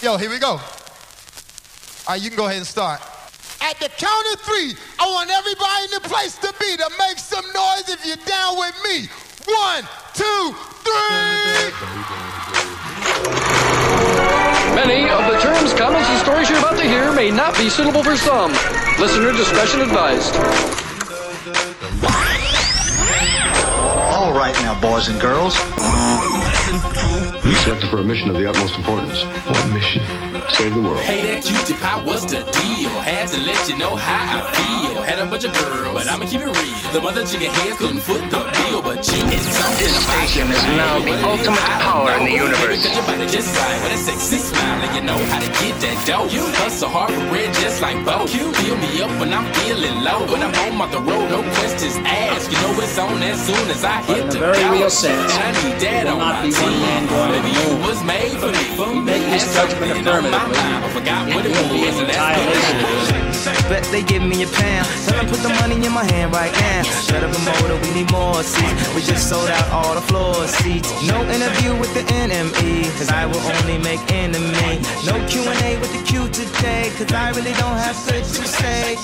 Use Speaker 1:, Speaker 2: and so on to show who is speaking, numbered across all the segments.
Speaker 1: Yo, here we go. All right, you can go ahead and start. At the count of three, I want everybody in the place to be to make some noise if you're down with me. One, two, three.
Speaker 2: Many of the terms, comments, and stories you're about to hear may not be suitable for some. Listener discretion advised.
Speaker 3: All right now, boys and girls.
Speaker 4: You selected for a mission of the utmost importance. What mission? Save the world.
Speaker 5: Hey, that cutie pie, what's the deal? Had to let you know how I feel. Had a bunch of girls, but I'ma keep it real. The mother chicken heads couldn't foot the bill, but you did something
Speaker 6: This
Speaker 5: about
Speaker 6: station
Speaker 5: your
Speaker 6: is
Speaker 5: body.
Speaker 6: now the
Speaker 5: What it is,
Speaker 6: ultimate
Speaker 5: I don't
Speaker 6: power in
Speaker 5: know.
Speaker 6: the universe.
Speaker 5: Because your body just fine with a sexy smile, and you know how to get that dough. You hustle hard for bread just like Bo. You fill me up when I'm feeling low. When I'm home on the road, no questions asked. You know it's on as soon as I hit
Speaker 7: in a
Speaker 5: the
Speaker 7: very
Speaker 5: couch.
Speaker 7: real sense,
Speaker 5: And I need that
Speaker 7: will
Speaker 5: on
Speaker 7: not
Speaker 5: my
Speaker 7: be one
Speaker 5: team.
Speaker 7: man going
Speaker 5: Baby, you
Speaker 7: alone.
Speaker 5: was made for me.
Speaker 7: you make this
Speaker 5: That's
Speaker 7: judgment
Speaker 5: something on my
Speaker 7: affirmatively,
Speaker 5: mind. I forgot what it
Speaker 7: you'll be
Speaker 5: was, and
Speaker 7: an
Speaker 5: that's
Speaker 7: entire
Speaker 5: good.
Speaker 7: nation.
Speaker 8: Bet they give me a pound. Tell them put the money in my hand right now. Shut up and motor, we need more seats. We just sold out all the floor seats. No interview with the NME, cause I will only make enemy. No Q&A with the Q today, cause I really don't have much to say.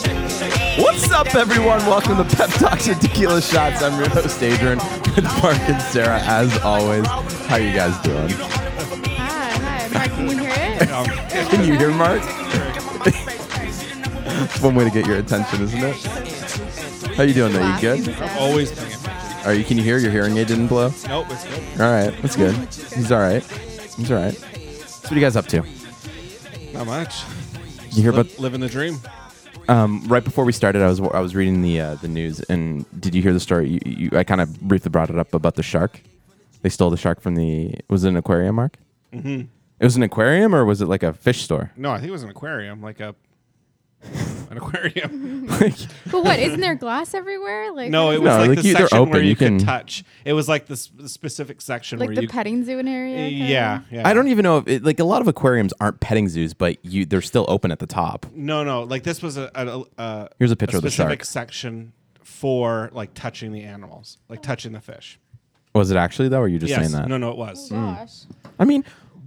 Speaker 9: What's up, everyone? Welcome to Pep Talks and Tequila Shots. I'm your host, Adrian, with Mark and Sarah, as always. How you guys doing?
Speaker 10: Hi, hi, Mark. Can you hear it?
Speaker 9: Can you hear Mark? It's one way to get your attention, isn't it? How you doing? There, you good?
Speaker 10: Always.
Speaker 9: Are you? Can you hear your hearing aid didn't blow?
Speaker 10: Nope, it's good.
Speaker 9: All right, that's good. He's all right. He's all right. So what are you guys up to?
Speaker 10: Not much.
Speaker 9: You hear about
Speaker 10: Li- living the dream.
Speaker 9: um, right before we started? I was I was reading the uh, the news, and did you hear the story? You, you, I kind of briefly brought it up about the shark. They stole the shark from the was it an aquarium, Mark? Mm-hmm. It was an aquarium, or was it like a fish store?
Speaker 10: No, I think it was an aquarium, like a an aquarium.
Speaker 11: But what? Isn't there glass everywhere? Like
Speaker 10: no, it was
Speaker 9: No,
Speaker 10: like,
Speaker 9: like
Speaker 10: the
Speaker 9: you- they're
Speaker 10: section where
Speaker 9: open,
Speaker 10: you,
Speaker 9: you
Speaker 10: could
Speaker 9: can-
Speaker 10: touch. It was like this specific section
Speaker 11: like
Speaker 10: where
Speaker 11: the
Speaker 10: you.
Speaker 11: petting zoo in area. kinda?
Speaker 10: yeah, yeah.
Speaker 9: I don't even know if it, like a lot of aquariums aren't petting zoos, but you they're still open at the top.
Speaker 10: No, no. Like this was a, a, a
Speaker 9: Here's a picture of the
Speaker 10: specific
Speaker 9: shark.
Speaker 10: section for like touching the animals, like touching the fish.
Speaker 9: Was it actually though, or you just
Speaker 10: yes.
Speaker 9: saying that?
Speaker 10: No, no, it was.
Speaker 11: Oh, Gosh.
Speaker 9: I mean,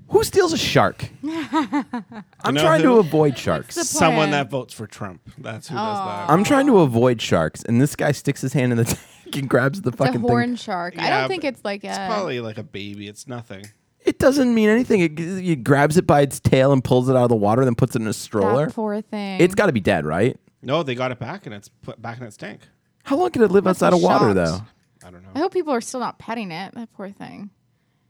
Speaker 9: who steals a shark? I'm
Speaker 10: know
Speaker 9: trying
Speaker 10: who?
Speaker 9: to avoid sharks.
Speaker 11: The
Speaker 10: Someone
Speaker 11: plan.
Speaker 10: that votes for Trump. That's who does that.
Speaker 9: I'm trying to avoid sharks, and this guy sticks his hand in the tank and grabs the
Speaker 11: The
Speaker 9: fucking
Speaker 11: horn
Speaker 9: thing.
Speaker 11: shark. I
Speaker 10: Yeah,
Speaker 11: don't think
Speaker 10: but
Speaker 11: it's like a.
Speaker 10: It's probably like a baby. It's nothing.
Speaker 9: It doesn't mean anything. It, he grabs it by its tail and pulls it out of the water, then puts it in a stroller.
Speaker 11: that poor thing.
Speaker 9: It's got to be dead, right?
Speaker 10: No, they got it back and it's put back in its tank.
Speaker 9: How long can it live
Speaker 11: Must be
Speaker 9: outside of water, though?
Speaker 11: shocked.
Speaker 10: I don't know.
Speaker 11: I hope people are still not petting it. That poor thing.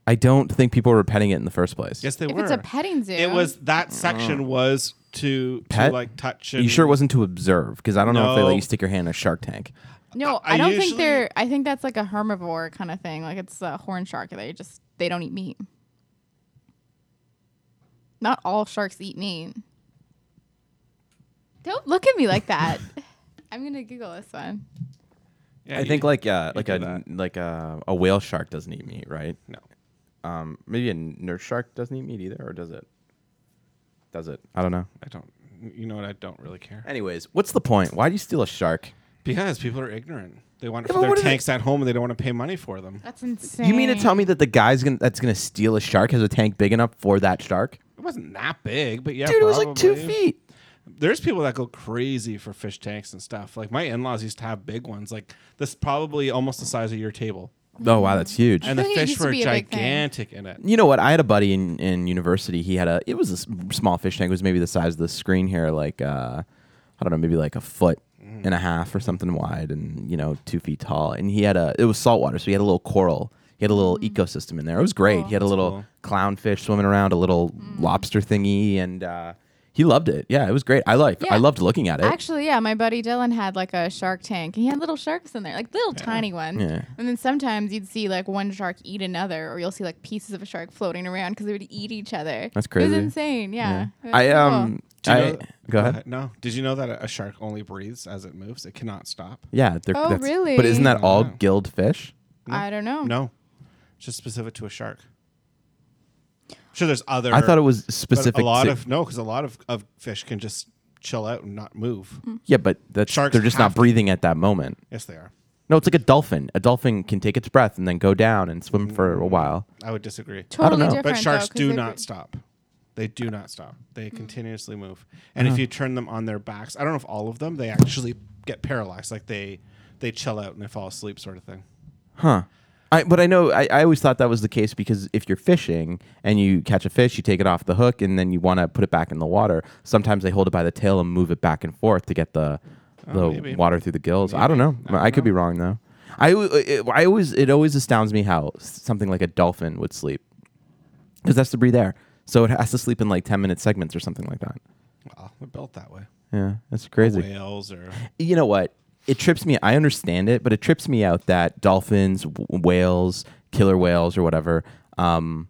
Speaker 9: I don't think people were petting it in the first place.
Speaker 10: Yes, they
Speaker 11: If
Speaker 10: were.
Speaker 11: it's a petting zoo,
Speaker 10: It was that section was to, to
Speaker 9: Mm. Pet?
Speaker 10: like touch. And
Speaker 9: You sure it wasn't to observe? Because I don't know if they let
Speaker 10: No.
Speaker 9: you stick your hand in a shark tank.
Speaker 11: No,
Speaker 10: I
Speaker 11: I, don't
Speaker 10: usually-
Speaker 11: think they're. I think that's like a herbivore kind of thing. Like it's a horn shark. They just they don't eat meat. Not all sharks eat meat. Don't look at me like that. I'm gonna Google this one.
Speaker 10: Yeah,
Speaker 9: I
Speaker 10: you-
Speaker 9: think like uh, like
Speaker 10: do
Speaker 9: a
Speaker 10: that.
Speaker 9: like a, a whale shark doesn't eat meat, right?
Speaker 10: no.
Speaker 9: Um, maybe a nurse shark doesn't eat meat either, or does it? Does it? I don't know.
Speaker 10: I don't. You know what? I don't really care
Speaker 9: Anyways, what's the point? Why do you steal a shark?
Speaker 10: because people are ignorant. They want it for
Speaker 9: Yeah, but
Speaker 10: their
Speaker 9: what are they-
Speaker 10: tanks at home and they don't want to pay money for them.
Speaker 11: That's insane.
Speaker 9: You mean to tell me that the guy's gonna that's gonna steal a shark has a tank big enough for that shark?
Speaker 10: It wasn't that big, but yeah,
Speaker 9: Dude, it was like two
Speaker 10: probably.
Speaker 9: feet.
Speaker 10: There's people that go crazy for fish tanks and stuff. Like my in-laws used to have big ones, like this probably almost the size of your table,
Speaker 9: Oh wow, that's huge.
Speaker 10: and the
Speaker 11: think it
Speaker 10: fish
Speaker 11: used to
Speaker 10: were
Speaker 11: be a big thing.
Speaker 10: gigantic in it.
Speaker 9: you know what? I had a buddy in, in university. He had a it was a s- small fish tank. It was maybe the size of the screen here, like uh, I don't know, maybe like a foot
Speaker 10: Mm.
Speaker 9: and a half or something wide, and you know, two feet tall. And he had a it was saltwater, so he had a little coral. He had a little ecosystem in there. It was great.
Speaker 10: Oh,
Speaker 9: He had a little clownfish swimming around, a little lobster thingy, and uh, he loved it. Yeah, it was great. I like I
Speaker 11: Yeah.
Speaker 9: loved looking at it.
Speaker 11: Actually, yeah, my buddy Dylan had like a shark tank. He had little sharks in there, like little tiny ones.
Speaker 9: Yeah.
Speaker 11: And then sometimes you'd see like one shark eat another, or you'll see like pieces of a shark floating around because they would eat each other.
Speaker 9: That's
Speaker 11: It
Speaker 9: crazy.
Speaker 11: was insane. Yeah. It was
Speaker 9: I
Speaker 11: cool.
Speaker 9: um
Speaker 10: Do you
Speaker 9: I,
Speaker 10: know-
Speaker 9: go ahead.
Speaker 10: No, did you know that a- a shark only breathes as it moves? It cannot stop.
Speaker 9: Yeah, they're,
Speaker 11: Oh,
Speaker 9: that's- But
Speaker 11: really?
Speaker 9: isn't that all
Speaker 10: Wow.
Speaker 9: gilled fish?
Speaker 11: I don't know.
Speaker 10: No, it's just specific to a shark. Sure, there's other.
Speaker 9: I thought it was
Speaker 10: but
Speaker 9: specific.
Speaker 10: A lot
Speaker 9: to,
Speaker 10: of no, because a lot of, of fish can just chill out and not move.
Speaker 9: yeah, but that's,
Speaker 10: Sharks
Speaker 9: they're just not
Speaker 10: have to-
Speaker 9: breathing at that moment.
Speaker 10: Yes, they are.
Speaker 9: No, it's like a dolphin. A dolphin can take its breath and then go down and swim for a while.
Speaker 10: I would disagree,
Speaker 11: Totally
Speaker 9: know.
Speaker 11: different.
Speaker 10: but sharks
Speaker 11: though, 'cause
Speaker 10: do
Speaker 11: they're
Speaker 10: not
Speaker 11: bre-
Speaker 10: stop. They do not stop. They continuously move. And if you turn them on their backs, I don't know if all of them, they actually get paralyzed. Like they they chill out and they fall asleep, sort of thing.
Speaker 9: Huh. I, but I know I, I always thought that was the case because if you're fishing and you catch a fish, you take it off the hook and then you want to put it back in the water. Sometimes they hold it by the tail and move it back and forth to get the the
Speaker 10: maybe.
Speaker 9: water through the gills. I don't know. Oh, I, could be wrong though. I al- it, I always it always astounds me how s- something like a dolphin would sleep because that's the breathe air, so it has to sleep in like ten minute segments or something like that.
Speaker 10: Wow, Oh, they're built that way.
Speaker 9: Yeah, that's crazy
Speaker 10: Whales or
Speaker 9: you know what? It trips me. I understand it, but it trips me out that dolphins, w- whales, killer whales, or whatever, um,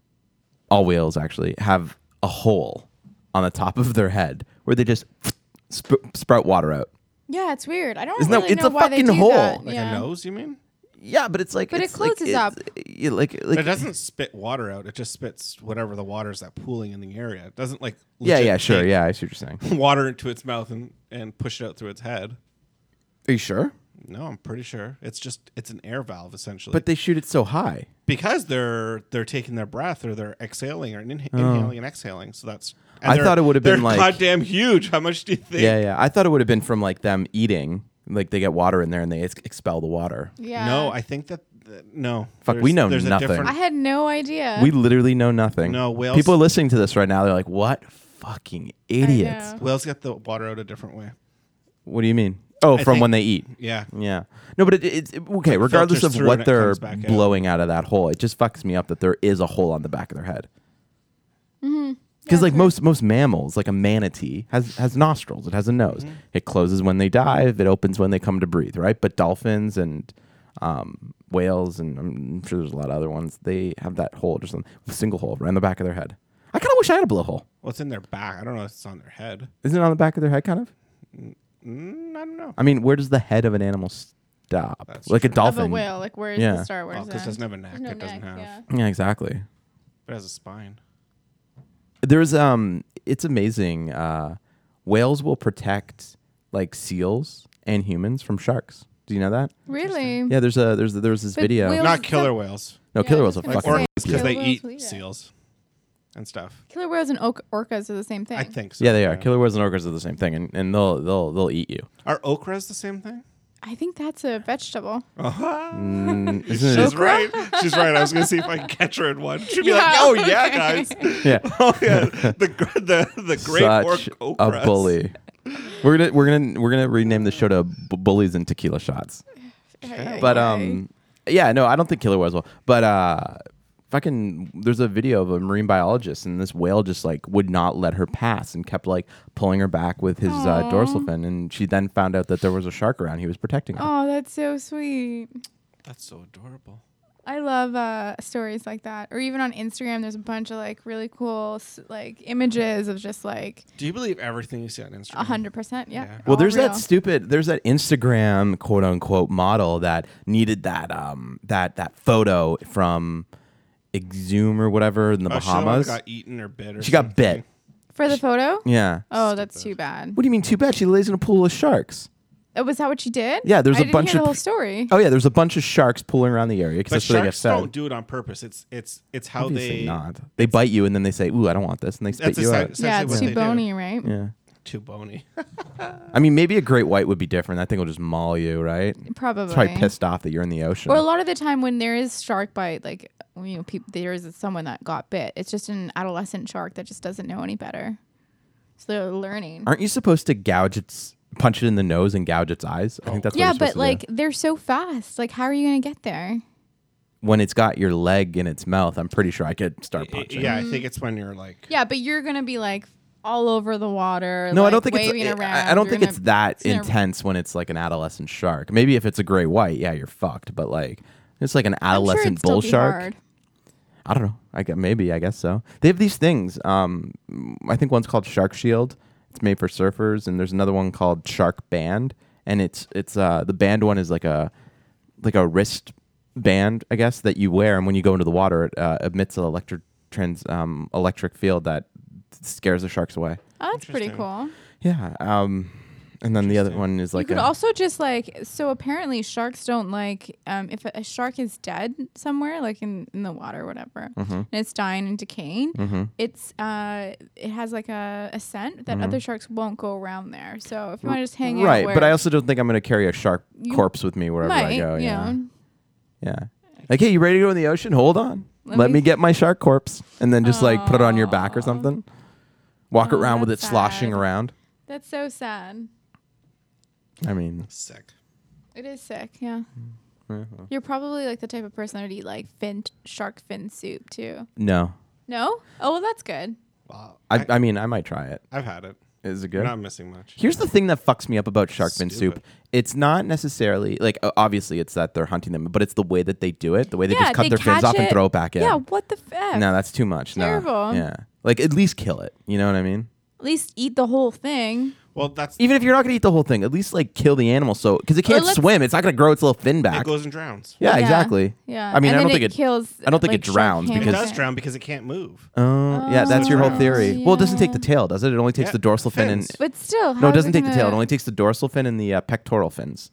Speaker 9: all whales actually have a hole on the top of their head where they just sp- sprout water out.
Speaker 11: Yeah, it's weird. I don't
Speaker 9: Isn't that-
Speaker 11: really
Speaker 9: it's
Speaker 11: know
Speaker 9: a
Speaker 11: why
Speaker 9: fucking
Speaker 11: they do
Speaker 9: hole.
Speaker 11: that.
Speaker 10: like
Speaker 11: yeah.
Speaker 10: a nose, you mean?
Speaker 9: Yeah, but it's like,
Speaker 11: But it
Speaker 9: it's like-
Speaker 11: closes
Speaker 9: it's-
Speaker 11: up.
Speaker 9: y- like, like
Speaker 10: But it doesn't spit water out. It just spits whatever the water is that pooling in the area. It doesn't like
Speaker 9: yeah,
Speaker 10: legit
Speaker 9: yeah, sure,
Speaker 10: take
Speaker 9: yeah. I see what you're saying.
Speaker 10: water into its mouth and, and push it out through its head.
Speaker 9: Are you sure?
Speaker 10: No, I'm pretty sure. It's just it's an air valve essentially.
Speaker 9: But they shoot it so high.
Speaker 10: because they're they're taking their breath or they're exhaling or inha- inhaling and exhaling. So that's and
Speaker 9: Oh. I
Speaker 10: they're-
Speaker 9: thought it would have been
Speaker 10: they're
Speaker 9: like-
Speaker 10: goddamn huge. How much do you think?
Speaker 9: Yeah, yeah. I thought it would have been from like them eating. Like they get water in there and they ex- expel the water.
Speaker 11: Yeah.
Speaker 10: No, I think that, that- no.
Speaker 9: Fuck, we know nothing.
Speaker 11: I had no idea.
Speaker 9: We literally know nothing.
Speaker 10: No, whales-
Speaker 9: People listening to this right now, they're like, "What fucking idiots?"
Speaker 11: know.
Speaker 10: whales get the water out a different way.
Speaker 9: What do you mean? Oh, from
Speaker 10: think-
Speaker 9: when they eat.
Speaker 10: Yeah.
Speaker 9: Yeah. No, but it, it's okay. regardless
Speaker 10: filters
Speaker 9: of
Speaker 10: through and
Speaker 9: what
Speaker 10: it
Speaker 9: they're
Speaker 10: comes back out.
Speaker 9: blowing out. of that hole, it just fucks me up that there is a hole on the back of their head. Because like most most mammals, like a manatee has has nostrils. It has a nose.
Speaker 10: Mm-hmm.
Speaker 9: It closes when they dive. It opens when they come to breathe. Right. But dolphins and um, whales and I'm sure there's a lot of other ones. They have that hole, just a single hole right on the back of their head. I kind of wish I had a blowhole.
Speaker 10: Well, it's in their back. I don't know if it's on their head.
Speaker 9: Isn't it on the back of their head, kind of?
Speaker 10: Mm, I don't know.
Speaker 9: I mean, where does the head of an animal stop?
Speaker 10: That's
Speaker 9: like a
Speaker 11: of
Speaker 9: dolphin.
Speaker 11: a whale. Like where is
Speaker 9: Yeah.
Speaker 11: the Star Wars?
Speaker 10: Well, Oh, 'cause it
Speaker 11: end?
Speaker 10: doesn't have a neck.
Speaker 11: There's no
Speaker 10: It doesn't
Speaker 11: neck,
Speaker 10: have-
Speaker 11: yeah.
Speaker 9: Yeah, exactly.
Speaker 10: It has a spine.
Speaker 9: There's um, it's amazing. Uh, whales will protect like seals and humans from sharks. Do you know that?
Speaker 11: Really?
Speaker 9: Yeah, there's a there's a, there was this
Speaker 11: But
Speaker 9: video.
Speaker 11: whales-
Speaker 10: Not
Speaker 11: it's
Speaker 10: killer
Speaker 11: some-
Speaker 10: whales.
Speaker 9: no,
Speaker 11: Yeah, I
Speaker 9: killer
Speaker 11: was
Speaker 9: whales are
Speaker 11: gonna
Speaker 9: fucking.
Speaker 11: say.
Speaker 10: Or
Speaker 11: Killer
Speaker 10: because they
Speaker 11: whales
Speaker 10: eat
Speaker 11: will eat it.
Speaker 10: seals and stuff.
Speaker 11: Killer whales and oak- orcas are the same thing.
Speaker 10: I think so.
Speaker 9: Yeah, they are. Killer whales and orcas are the same thing, and, and they'll they'll they'll eat you.
Speaker 10: Are okras the same thing?
Speaker 11: I think that's a vegetable.
Speaker 9: Mm, isn't it-
Speaker 10: She's right. She's right. I was gonna see if I can catch her in one. She'd be like,
Speaker 11: Yeah.
Speaker 10: "Oh yeah, guys."
Speaker 9: yeah.
Speaker 10: Oh yeah, the gr- the the great
Speaker 9: Such
Speaker 10: orc
Speaker 9: a
Speaker 10: okras.
Speaker 9: bully. We're gonna we're gonna we're gonna rename the show to B- bullies and tequila shots. but um yeah no i don't think killer whales will but uh fucking there's a video of a marine biologist and this whale just like would not let her pass and kept like pulling her back with his uh, dorsal fin and she then found out that there was a shark around he was protecting her
Speaker 11: Oh, that's so sweet.
Speaker 10: That's so adorable.
Speaker 11: I love uh, stories like that. Or even on Instagram, there's a bunch of like really cool s- like images of just like
Speaker 10: Do you believe everything you see on Instagram?
Speaker 11: a hundred percent. Yeah.
Speaker 9: Well,
Speaker 11: all
Speaker 9: there's
Speaker 11: real.
Speaker 9: that stupid, there's that Instagram quote unquote model that needed that um that that photo from Exhum or whatever in the
Speaker 10: Oh, she's the one that
Speaker 9: Bahamas.
Speaker 10: got eaten or bit. Or
Speaker 9: she got
Speaker 10: something.
Speaker 9: bit.
Speaker 11: for the photo.
Speaker 9: Yeah.
Speaker 11: Oh, that's too bad.
Speaker 9: What do you mean? Too bad she lays in a pool of sharks.
Speaker 11: Oh, was that what she did?
Speaker 9: Yeah, there's
Speaker 11: I
Speaker 9: a
Speaker 11: didn't
Speaker 9: bunch
Speaker 11: hear
Speaker 9: of
Speaker 11: the whole
Speaker 9: p-
Speaker 11: story.
Speaker 9: Oh yeah, there's a bunch of sharks pulling around the area because
Speaker 10: But
Speaker 9: that's where they get
Speaker 10: sharks
Speaker 9: fed.
Speaker 10: don't do it on purpose. It's it's it's how
Speaker 9: Obviously
Speaker 10: they.
Speaker 9: not. They bite you and then they say, "Ooh, I don't want this," and they spit
Speaker 10: That's
Speaker 9: you
Speaker 10: essen-
Speaker 9: out.
Speaker 10: essentially
Speaker 11: yeah,
Speaker 10: what
Speaker 11: it's
Speaker 10: they
Speaker 11: too
Speaker 10: do.
Speaker 11: bony, right?
Speaker 9: Yeah.
Speaker 10: Too bony.
Speaker 9: I mean, maybe a great white would be different. That thing will just maul you, right?
Speaker 11: Probably.
Speaker 9: It's probably pissed off that you're in the ocean.
Speaker 11: Or a lot of the time when there is shark bite, like you know, people there is someone that got bit. It's just an adolescent shark that just doesn't know any better, so they're learning.
Speaker 9: Aren't you supposed to gouge its, punch it in the nose and gouge its eyes?
Speaker 10: Oh.
Speaker 9: I think that's what
Speaker 11: yeah,
Speaker 9: you're supposed
Speaker 11: but
Speaker 9: to
Speaker 11: like
Speaker 9: do.
Speaker 11: they're so fast. Like, how are you gonna get there?
Speaker 9: when it's got your leg in its mouth, I'm pretty sure I could start punching.
Speaker 10: Yeah, I think it's when you're like.
Speaker 11: Yeah, but you're gonna be like all over the water.
Speaker 9: No, I
Speaker 11: like,
Speaker 9: don't think
Speaker 11: waving
Speaker 9: it's.
Speaker 11: around.
Speaker 9: I- I don't
Speaker 11: You're
Speaker 9: think
Speaker 11: gonna-
Speaker 9: it's that
Speaker 11: gonna-
Speaker 9: intense when it's like an adolescent shark. Maybe if it's a gray white, yeah, you're fucked. But like, it's like an
Speaker 11: I'm sure
Speaker 9: adolescent
Speaker 11: it'd
Speaker 9: bull
Speaker 11: still be
Speaker 9: shark.
Speaker 11: hard.
Speaker 9: I don't know. I gue- maybe I guess so. They have these things. Um, mm, I think one's called Shark Shield. It's made for surfers, and there's another one called Shark Band, and it's it's uh the band one is like a like a wrist band, I guess, that you wear, and when you go into the water, it uh, emits an electric trans um electric field that scares the sharks away.
Speaker 11: Oh, that's pretty cool.
Speaker 9: Yeah. Um, And then the other one is like
Speaker 11: you could
Speaker 9: a-
Speaker 11: also just like so apparently sharks don't like um, if a, a shark is dead somewhere like in, in the water or whatever
Speaker 9: Mm-hmm.
Speaker 11: and it's dying and decaying it's uh it has like a, a scent that other sharks won't go around there so if you want to just hang out
Speaker 9: Mm-hmm. right.
Speaker 11: where
Speaker 9: But I also don't think I'm going to carry a shark corpse with me wherever I
Speaker 11: might,
Speaker 9: go.
Speaker 11: you
Speaker 9: Yeah.
Speaker 11: know.
Speaker 9: Yeah. Like, hey, you ready to go in the ocean? Hold on. Let,
Speaker 11: Let
Speaker 9: me
Speaker 11: me-
Speaker 9: get my shark corpse, and then just like put it on your back or something. Walk around with it
Speaker 11: Oh, that's
Speaker 9: sloshing
Speaker 11: sad.
Speaker 9: around.
Speaker 11: that's so sad
Speaker 9: I mean,
Speaker 10: Sick.
Speaker 11: it is sick yeah
Speaker 9: Mm-hmm.
Speaker 11: you're probably like the type of person that would eat like fin shark fin soup too
Speaker 9: no.
Speaker 11: no oh well that's good
Speaker 10: Wow.
Speaker 9: I, I mean, I might try it.
Speaker 10: I've had it.
Speaker 9: Is it
Speaker 10: You're
Speaker 9: good?
Speaker 10: not missing much.
Speaker 9: Here's the thing that fucks me up about shark fin soup.
Speaker 10: Stupid.
Speaker 9: It's not necessarily like o- obviously it's that they're hunting them, but it's the way that they do it. The way they
Speaker 11: yeah
Speaker 9: just cut
Speaker 11: they
Speaker 9: their fins
Speaker 11: catch
Speaker 9: off and
Speaker 11: it-
Speaker 9: throw it back in.
Speaker 11: yeah what the f
Speaker 9: no, that's too much. No.
Speaker 11: Terrible.
Speaker 9: Yeah. Like at least kill it. You know what I mean?
Speaker 11: at least eat the whole thing
Speaker 10: Well, that's
Speaker 9: Even if you're not gonna eat the whole thing, at least like kill the animal so because it can't
Speaker 11: let's-
Speaker 9: swim. It's not gonna grow its little fin
Speaker 10: it
Speaker 9: back.
Speaker 10: goes and drowns.
Speaker 9: Yeah,
Speaker 11: Yeah.
Speaker 9: exactly.
Speaker 11: Yeah.
Speaker 9: I mean,
Speaker 11: And
Speaker 9: I don't
Speaker 11: then
Speaker 9: think it
Speaker 11: it kills,
Speaker 9: I don't think
Speaker 11: like,
Speaker 9: it
Speaker 11: shark
Speaker 9: drowns
Speaker 11: hammer.
Speaker 10: It
Speaker 9: because.
Speaker 10: does drown because it can't move.
Speaker 9: Oh, yeah, that's your whole theory. Well, it doesn't take the tail, does it? It only takes
Speaker 10: Yeah,
Speaker 9: the dorsal fin and.
Speaker 10: fins.
Speaker 11: But still,
Speaker 9: no,
Speaker 11: how
Speaker 9: it
Speaker 11: is
Speaker 9: doesn't take the tail. It
Speaker 11: gonna-
Speaker 9: only takes the dorsal fin and the uh, pectoral fins.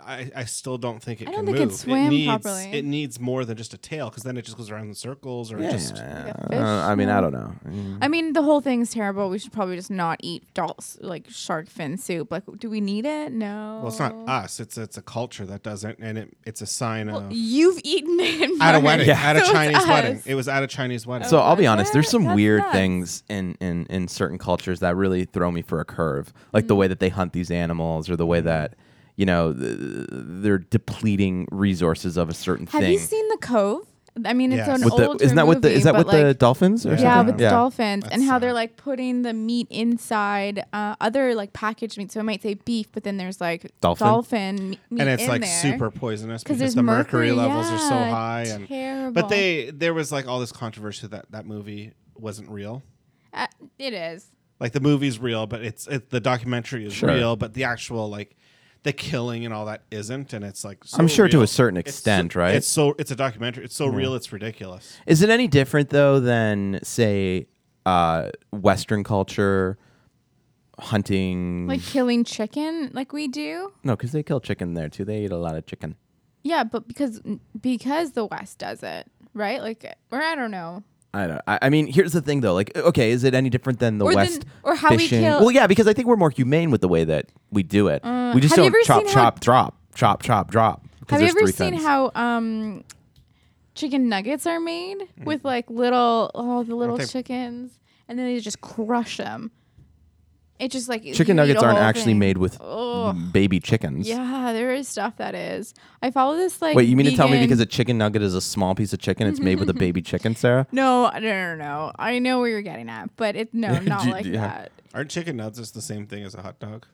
Speaker 10: I, I still don't think it
Speaker 11: I
Speaker 10: can
Speaker 11: don't think it
Speaker 10: move.
Speaker 11: swam
Speaker 10: needs,
Speaker 11: properly.
Speaker 10: It needs more than just a tail because then it just goes around in circles or it just.
Speaker 9: Yeah,
Speaker 11: a fish,
Speaker 9: uh, I mean, I
Speaker 11: no?
Speaker 9: don't know. Mm.
Speaker 11: I mean, the whole thing's terrible. We should probably just not eat dolls like shark fin soup. Like, do we need it? No.
Speaker 10: Well, it's not us. It's it's a culture that doesn't, and it, it's a sign of
Speaker 11: You've eaten it and
Speaker 10: at a
Speaker 11: burned
Speaker 10: wedding,
Speaker 11: it.
Speaker 10: at a
Speaker 11: So it's
Speaker 10: Chinese
Speaker 11: us.
Speaker 10: wedding. It was at a Chinese wedding.
Speaker 9: So I'll be
Speaker 11: That's
Speaker 9: honest. There's
Speaker 11: it?
Speaker 9: some
Speaker 11: Oh, That's
Speaker 9: weird
Speaker 11: nuts.
Speaker 9: things in, in in certain cultures that really throw me for a curve, like
Speaker 11: Mm.
Speaker 9: the way that they hunt these animals, or the way that you know th- they're depleting resources of a certain
Speaker 11: Have
Speaker 9: thing.
Speaker 11: you seen the Cove? I mean, it's
Speaker 10: Yes.
Speaker 11: an
Speaker 9: with the,
Speaker 11: older
Speaker 9: isn't that with the
Speaker 11: movie,
Speaker 9: is that
Speaker 11: but,
Speaker 9: with the
Speaker 11: like-
Speaker 9: dolphins or
Speaker 11: Yeah,
Speaker 9: something?
Speaker 11: with the dolphins and
Speaker 10: That's
Speaker 11: how they're
Speaker 10: sad.
Speaker 11: like putting the meat inside uh, other like packaged meat. So it might say beef, but then there's like
Speaker 9: Dolphin?
Speaker 11: dolphin, me- meat
Speaker 10: and it's
Speaker 11: in
Speaker 10: like
Speaker 11: there.
Speaker 10: super poisonous because
Speaker 11: there's
Speaker 10: the mercury,
Speaker 11: mercury,
Speaker 10: levels are so
Speaker 11: yeah,
Speaker 10: high. And
Speaker 11: terrible.
Speaker 10: but they there was like all this controversy that that movie wasn't real.
Speaker 11: Uh, it is.
Speaker 10: Like the movie's real, but it's it, the documentary is
Speaker 9: Sure.
Speaker 10: real, but the actual like the killing and all that isn't. And it's like so
Speaker 9: I'm sure to
Speaker 10: real.
Speaker 9: a certain
Speaker 10: It's so-
Speaker 9: extent, right?
Speaker 10: It's so it's a documentary. It's so real, it's ridiculous.
Speaker 9: Is it any different though than say uh, Western culture hunting?
Speaker 11: Like killing chicken, like we do.
Speaker 9: no, because they kill chicken there too. They eat a lot of chicken.
Speaker 11: Yeah, but because because the West does it, right? Like, or I don't know.
Speaker 9: I don't. I, I mean, here's the thing though. Like, okay, is it any different than the
Speaker 11: Or
Speaker 9: West?
Speaker 11: than- or how we
Speaker 9: fishing?
Speaker 11: kill- Uh,
Speaker 9: Well, yeah, because I think we're more humane with the way that we do it. we just
Speaker 11: have you
Speaker 9: don't
Speaker 11: ever
Speaker 9: chop,
Speaker 11: seen how-
Speaker 9: chop, drop, chop, chop, drop. 'cause
Speaker 11: Have you
Speaker 9: there's
Speaker 11: ever
Speaker 9: three
Speaker 11: seen
Speaker 9: fins.
Speaker 11: how um, chicken nuggets are made
Speaker 9: Mm-hmm.
Speaker 11: with like little oh the little
Speaker 10: they-
Speaker 11: chickens, and then they just crush them. It just like
Speaker 9: chicken
Speaker 11: you eat a
Speaker 9: nuggets aren't
Speaker 11: whole
Speaker 9: actually
Speaker 11: thing.
Speaker 9: made with baby chickens?
Speaker 11: Yeah, there is stuff that is. I follow this like.
Speaker 9: Wait, you mean to tell me because
Speaker 11: vegan-
Speaker 9: a chicken nugget is a small piece of chicken, it's made with a baby chicken, Sarah?
Speaker 11: No, no, no, no. I know where you're getting at, but it no, not
Speaker 9: Do-
Speaker 11: like
Speaker 9: yeah.
Speaker 11: that.
Speaker 10: Aren't chicken nuts just the same thing as a hot dog?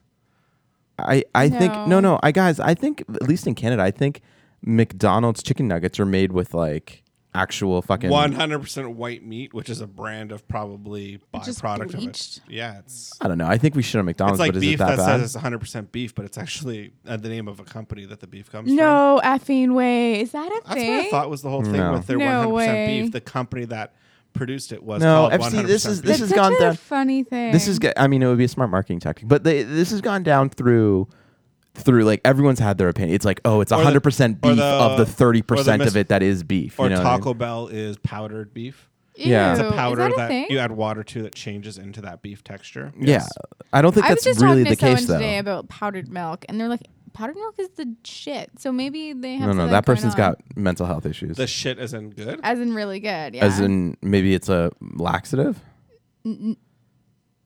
Speaker 9: I, I think no
Speaker 11: No.
Speaker 9: no I guys I think at least in Canada I think McDonald's chicken nuggets are made with like actual fucking
Speaker 10: One hundred percent white meat, which is a brand of probably
Speaker 11: Just
Speaker 10: byproduct of it.
Speaker 11: bleached?
Speaker 10: Yeah, it's
Speaker 9: I don't know I think we should have
Speaker 10: it's
Speaker 9: McDonald's
Speaker 10: like
Speaker 9: but is
Speaker 10: beef
Speaker 9: it
Speaker 10: that,
Speaker 9: that, bad
Speaker 10: says it's one hundred percent beef, but it's actually uh, the name of a company that the beef comes from.
Speaker 11: No effing way. Is that a
Speaker 10: That's
Speaker 11: thing?
Speaker 10: what I thought was the whole thing
Speaker 9: No.
Speaker 10: with their one
Speaker 11: No
Speaker 10: hundred percent
Speaker 11: way.
Speaker 10: beef. The company that produced it was
Speaker 9: No,
Speaker 10: called
Speaker 9: I've
Speaker 10: one
Speaker 9: seen-
Speaker 10: hundred
Speaker 9: this
Speaker 10: percent
Speaker 9: is-
Speaker 10: beef.
Speaker 9: this has
Speaker 11: That's such
Speaker 9: gone
Speaker 11: a
Speaker 9: down-
Speaker 11: funny thing.
Speaker 9: this is g- I mean it would be a smart marketing tactic but they, this has gone down through through like everyone's had their opinion it's like oh it's
Speaker 10: the-
Speaker 9: hundred percent
Speaker 10: or
Speaker 9: beef
Speaker 10: the-
Speaker 9: of
Speaker 10: or
Speaker 9: the
Speaker 10: the
Speaker 9: thirty percent
Speaker 10: mis-
Speaker 9: of it that is beef
Speaker 10: or
Speaker 9: you know what I mean?
Speaker 10: Taco Bell is powdered beef.
Speaker 9: Yeah. It's a
Speaker 11: Ew,
Speaker 10: Powder
Speaker 11: is that, a
Speaker 10: that,
Speaker 11: thing?
Speaker 10: you add water to that changes into that beef texture.
Speaker 9: yeah
Speaker 10: Yes.
Speaker 9: I don't think
Speaker 11: I was
Speaker 9: that's
Speaker 11: just
Speaker 9: really
Speaker 11: talking
Speaker 9: the
Speaker 11: to someone
Speaker 9: case though
Speaker 11: today about powdered milk, and they're like, powdered milk is the shit. So maybe they have.
Speaker 9: no no
Speaker 11: something
Speaker 9: that
Speaker 11: going
Speaker 9: person's
Speaker 11: on.
Speaker 9: got mental health issues
Speaker 10: The shit is in good.
Speaker 11: As in really good, yeah.
Speaker 9: as in maybe it's a laxative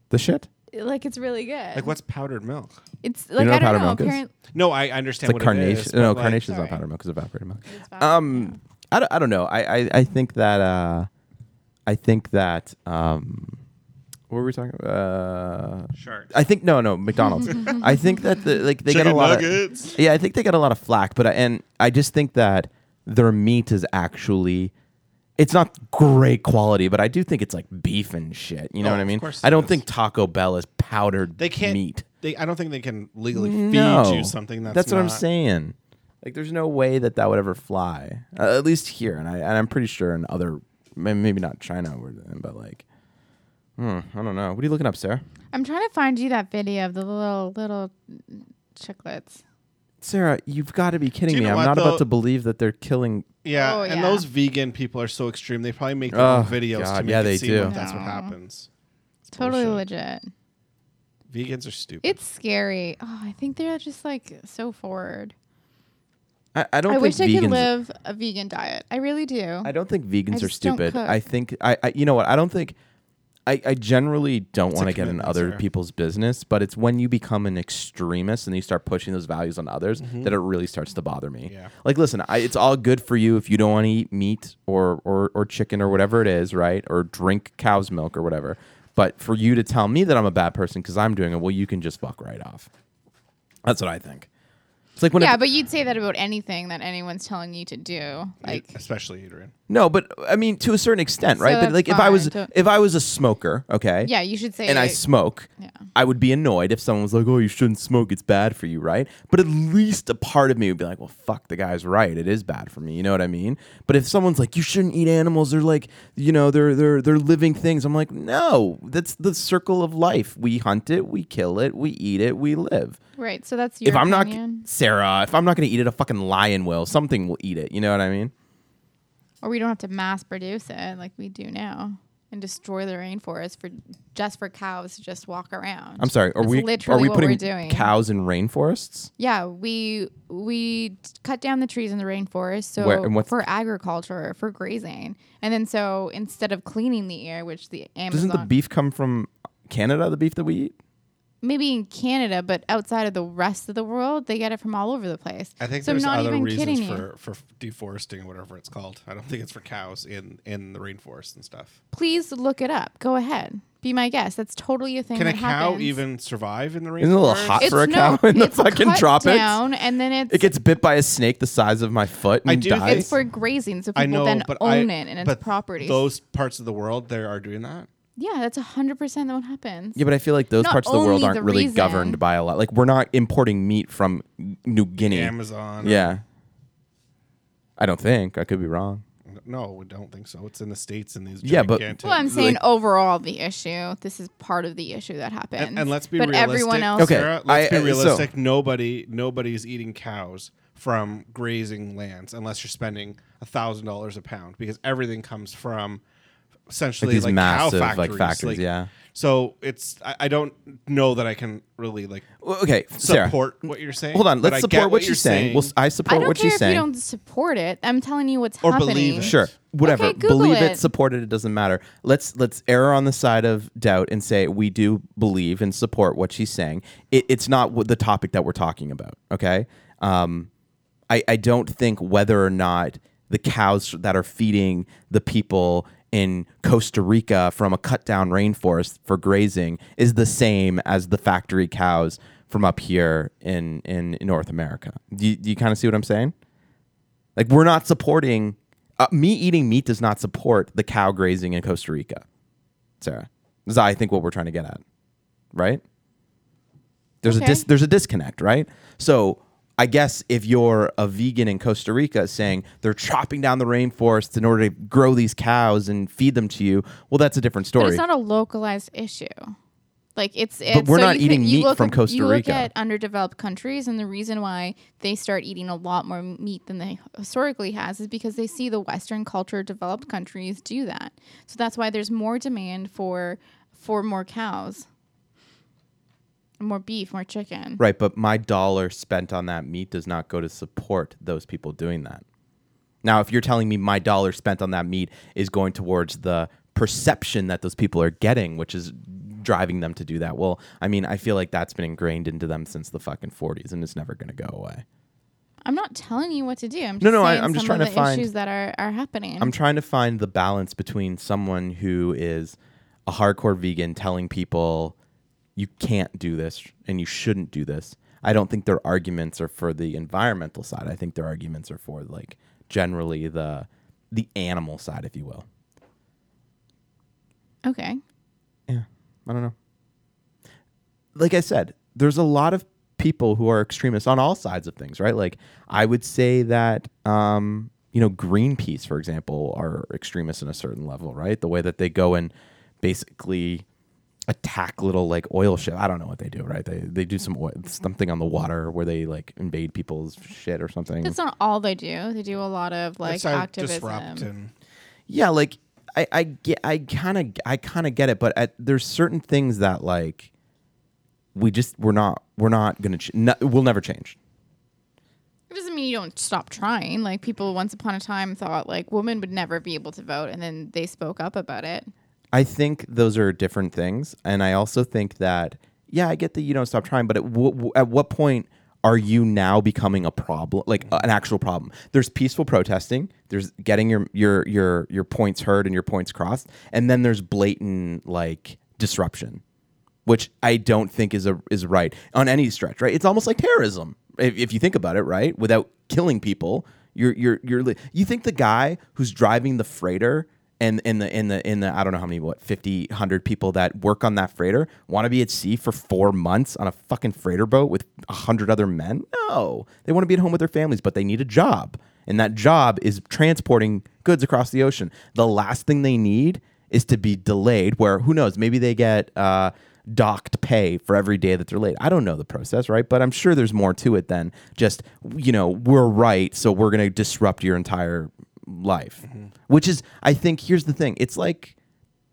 Speaker 9: the shit
Speaker 11: like it's really good.
Speaker 10: Like what's powdered milk?
Speaker 11: It's like
Speaker 9: know
Speaker 11: I
Speaker 9: powdered
Speaker 11: don't know.
Speaker 9: milk is?
Speaker 11: Apparently,
Speaker 10: No, I understand
Speaker 9: It's
Speaker 10: what
Speaker 9: like
Speaker 10: it is.
Speaker 9: carnation.
Speaker 10: but,
Speaker 9: No,
Speaker 10: like,
Speaker 9: carnation's not
Speaker 11: Sorry.
Speaker 9: powdered milk. It's evaporated milk. Um, I don't, I don't know. I, I, I think that uh, I think that um, what were we talking about? Uh,
Speaker 10: Sharks.
Speaker 9: I think no, no McDonald's. I think that the, like they get a
Speaker 10: Chicken
Speaker 9: lot
Speaker 10: nuggets.
Speaker 9: of yeah. I think they get a lot of flack, but I, and I just think that their meat is actually. It's not great quality, but I do think it's like beef and shit. You know
Speaker 10: Oh,
Speaker 9: what I
Speaker 10: of
Speaker 9: mean?
Speaker 10: course
Speaker 9: I
Speaker 10: it
Speaker 9: don't
Speaker 10: is.
Speaker 9: think Taco Bell is powdered
Speaker 10: They can't
Speaker 9: meat.
Speaker 10: They, I don't think they can legally feed you something that's
Speaker 9: what I'm
Speaker 10: not-
Speaker 9: saying. Like, there's no way that that would ever fly. Uh, at least here, and I and I'm pretty sure in other, may- maybe not China, or- but like, Hmm, I don't know. What are you looking up, Sarah?
Speaker 11: I'm trying to find you that video of the little little chicklets.
Speaker 9: Sarah, you've got to be kidding
Speaker 10: Do you
Speaker 9: me.
Speaker 10: know
Speaker 9: I'm
Speaker 10: what,
Speaker 9: not
Speaker 10: though?
Speaker 9: about to believe that they're killing.
Speaker 10: Yeah,
Speaker 11: Oh,
Speaker 10: and
Speaker 11: yeah.
Speaker 10: those vegan people are so extreme. They probably make their
Speaker 9: Oh,
Speaker 10: own videos to
Speaker 9: God,
Speaker 10: make
Speaker 9: yeah,
Speaker 10: it
Speaker 9: they
Speaker 10: seem
Speaker 9: do.
Speaker 10: like that's what
Speaker 11: No.
Speaker 10: happens.
Speaker 11: Totally
Speaker 10: bullshit.
Speaker 11: legit.
Speaker 10: Vegans are stupid.
Speaker 11: It's scary. Oh, I think they're just like so forward.
Speaker 9: I, I don't.
Speaker 11: I
Speaker 9: think
Speaker 11: wish I
Speaker 9: vegans,
Speaker 11: could live a vegan diet. I really do.
Speaker 9: I don't think vegans are
Speaker 11: just don't
Speaker 9: stupid.
Speaker 11: cook.
Speaker 9: I think I, I. You know what? I don't think. I, I generally don't
Speaker 10: It's a
Speaker 9: want to get in
Speaker 10: commitment,
Speaker 9: other
Speaker 10: Sarah.
Speaker 9: people's business, but it's when you become an extremist and you start pushing those values on others that it really starts to bother me.
Speaker 10: Mm-hmm. Yeah.
Speaker 9: Like, listen, I, it's all good for you if you don't want to eat meat or, or or chicken or whatever it is, right? Or drink cow's milk or whatever. But for you to tell me that I'm a bad person because I'm doing it, well, you can just fuck right off. That's what I think. It's like when
Speaker 11: yeah,
Speaker 9: it-
Speaker 11: but you'd say that about anything that anyone's telling you to do. Like,
Speaker 10: especially Adrian.
Speaker 9: No, but I mean to a certain extent, right?
Speaker 11: So
Speaker 9: but
Speaker 11: that's
Speaker 9: like if I
Speaker 11: fine.
Speaker 9: was
Speaker 11: Don't-
Speaker 9: if I was a smoker, okay?
Speaker 11: yeah, you should say.
Speaker 9: And I
Speaker 11: like-
Speaker 9: smoke,
Speaker 11: Yeah.
Speaker 9: I would be annoyed if someone was like, "Oh, you shouldn't smoke; it's bad for you," right? But at least a part of me would be like, "Well, fuck, the guy's right; it is bad for me." You know what I mean? But if someone's like, "You shouldn't eat animals; they're like, you know, they're they're they're living things," I'm like, "No, that's the circle of life. We hunt it, we kill it, we eat it, we live."
Speaker 11: right. So that's your.
Speaker 9: if I'm
Speaker 11: opinion.
Speaker 9: not Sarah, if I'm not going to eat it, a fucking lion will. Something will eat it. You know what I mean?
Speaker 11: or we don't have to mass produce it like we do now and destroy the rainforest for just for cows to just walk around.
Speaker 9: I'm sorry. Are
Speaker 11: That's
Speaker 9: we
Speaker 11: literally
Speaker 9: are we
Speaker 11: what
Speaker 9: putting
Speaker 11: we're doing.
Speaker 9: cows in rainforests?
Speaker 11: Yeah, we we t- cut down the trees in the rainforest so
Speaker 9: Where- and what's-
Speaker 11: for agriculture for grazing, and then so instead of cleaning the air, which the Amazon
Speaker 9: Doesn't the beef come from Canada? The beef that we eat?
Speaker 11: maybe in Canada, but outside of the rest of the world, they get it from all over the place.
Speaker 10: I think
Speaker 11: so.
Speaker 10: there's
Speaker 11: I'm not
Speaker 10: other
Speaker 11: even
Speaker 10: reasons
Speaker 11: kidding you.
Speaker 10: for, for deforesting or whatever it's called. I don't think it's for cows in, in the rainforest and stuff.
Speaker 11: Please look it up. Go ahead. Be my guest. That's totally a thing.
Speaker 10: Can a
Speaker 11: that
Speaker 10: cow
Speaker 11: happens.
Speaker 10: even survive in the rainforest?
Speaker 9: Isn't it a little hot
Speaker 11: It's
Speaker 9: for a
Speaker 11: no-
Speaker 9: cow in the
Speaker 11: it's
Speaker 9: fucking
Speaker 11: cut
Speaker 9: tropics?
Speaker 11: Down and then it's
Speaker 9: It gets bit by a snake the size of my foot and
Speaker 10: I do
Speaker 9: dies.
Speaker 10: think-
Speaker 11: it's for grazing, so people
Speaker 10: I know,
Speaker 11: then
Speaker 10: but
Speaker 11: own
Speaker 10: I,
Speaker 11: it and it's
Speaker 10: but
Speaker 11: property.
Speaker 10: Those parts of the world they are doing that.
Speaker 11: yeah, that's hundred percent what happens.
Speaker 9: yeah, but I feel like those
Speaker 11: Not
Speaker 9: parts of the world
Speaker 11: only
Speaker 9: aren't
Speaker 11: the
Speaker 9: really
Speaker 11: reason.
Speaker 9: governed by a lot. Like we're not importing meat from New Guinea.
Speaker 10: Amazon. or-
Speaker 9: Yeah. I don't think. I could be wrong.
Speaker 10: no, we don't think so. It's in the states and these.
Speaker 9: Yeah, but-
Speaker 10: gigantic-
Speaker 11: Well, I'm saying
Speaker 9: Like-
Speaker 11: overall the issue. This is part of the issue that happens.
Speaker 10: and, and let's be
Speaker 11: but
Speaker 10: realistic.
Speaker 11: everyone else.
Speaker 9: Okay.
Speaker 10: Sarah, let's
Speaker 9: I- I-
Speaker 10: be
Speaker 9: so-
Speaker 10: realistic. Nobody, nobody's eating cows from grazing lands unless you're spending a thousand dollars a pound because everything comes from essentially
Speaker 9: Like
Speaker 10: like,
Speaker 9: these massive,
Speaker 10: cow
Speaker 9: like,
Speaker 10: factories.
Speaker 9: factories, yeah.
Speaker 10: So it's I, I don't know that I can really like
Speaker 9: Well, okay, Sarah.
Speaker 10: support what you're saying.
Speaker 9: Hold on.
Speaker 10: but
Speaker 9: Let's
Speaker 10: I get
Speaker 9: support what, you're saying. Well, s- I
Speaker 11: I
Speaker 9: support
Speaker 11: don't
Speaker 9: what
Speaker 11: care
Speaker 9: you're
Speaker 11: if
Speaker 9: saying.
Speaker 11: you don't support it. I'm telling you what's
Speaker 10: Or
Speaker 11: happening.
Speaker 10: believe it.
Speaker 9: Sure. Whatever.
Speaker 11: Okay, Google
Speaker 9: believe it.
Speaker 11: it.
Speaker 9: support it, it doesn't matter. Let's let's err on the side of doubt and say we do believe and support what she's saying. It, it's not what the topic that we're talking about, okay? Um I, I don't think whether or not the cows that are feeding the people in Costa Rica from a cut down rainforest for grazing is the same as the factory cows from up here in in North America. Do you, do you kind of see what I'm saying? Like we're not supporting uh, me eating meat does not support the cow grazing in Costa Rica. Sarah, is I think what we're trying to get at, right? There's a
Speaker 11: Okay.
Speaker 9: dis- there's a disconnect, right? So I guess if you're a vegan in Costa Rica saying they're chopping down the rainforest in order to grow these cows and feed them to you, well, that's a different
Speaker 11: But
Speaker 9: story.
Speaker 11: it's not a localized issue. Like it's, it's
Speaker 9: we're
Speaker 11: so
Speaker 9: not
Speaker 11: you
Speaker 9: eating
Speaker 11: you
Speaker 9: meat
Speaker 11: look
Speaker 9: from
Speaker 11: at-
Speaker 9: Costa
Speaker 11: You look
Speaker 9: Rica.
Speaker 11: at underdeveloped countries, and the reason why they start eating a lot more meat than they historically has is because they see the Western culture developed countries do that. So that's why there's more demand for for more cows, more beef, more chicken.
Speaker 9: Right, but my dollar spent on that meat does not go to support those people doing that. Now, if you're telling me my dollar spent on that meat is going towards the perception that those people are getting, which is driving them to do that, well, I mean, I feel like that's been ingrained into them since the fucking 40s and it's never going to go away.
Speaker 11: I'm not telling you what to do. I'm just
Speaker 9: No, no, I-
Speaker 11: saying
Speaker 9: I'm just
Speaker 11: some
Speaker 9: trying
Speaker 11: of
Speaker 9: to
Speaker 11: the
Speaker 9: find-
Speaker 11: issues that are are happening.
Speaker 9: I'm trying to find the balance between someone who is a hardcore vegan telling people you can't do this and you shouldn't do this. I don't think their arguments are for the environmental side. I think their arguments are for like generally the the animal side, if you will.
Speaker 11: okay.
Speaker 9: Yeah. I don't know. Like I said, there's a lot of people who are extremists on all sides of things, right? Like I would say that um, you know, Greenpeace, for example, are extremists in a certain level, right? The way that they go and basically attack little like oil ship. I don't know what they do, right? They they do some oil, something on the water where they like invade people's shit or something.
Speaker 11: That's not all they do. They do a lot of like activism.
Speaker 10: and
Speaker 9: Yeah, like I, I get, I kind of, I kind of get it, but at, there's certain things that like we just we're not, we're not gonna, ch- no, we'll never change.
Speaker 11: It doesn't mean you don't stop trying. Like people once upon a time thought like women would never be able to vote, and then they spoke up about it.
Speaker 9: I think those are different things, and I also think that yeah, I get that you don't stop trying, but at, w- w- at what point are you now becoming a problem, like uh, an actual problem? There's peaceful protesting, there's getting your your your your points heard and your points crossed, and then there's blatant like disruption, which I don't think is a is right on any stretch. Right? It's almost like terrorism if, if you think about it. Right? Without killing people, you're you're you're li- you think the guy who's driving the freighter and in the in the in the I don't know how many what 50 100 people that work on that freighter want to be at sea for 4 months on a fucking freighter boat with 100 other men? No. They want to be at home with their families, but they need a job. And that job is transporting goods across the ocean. The last thing they need is to be delayed where who knows, maybe they get uh docked pay for every day that they're late. I don't know the process, right? But I'm sure there's more to it than just, you know, we're right, so we're going to disrupt your entire life. Which is I think here's the thing. It's like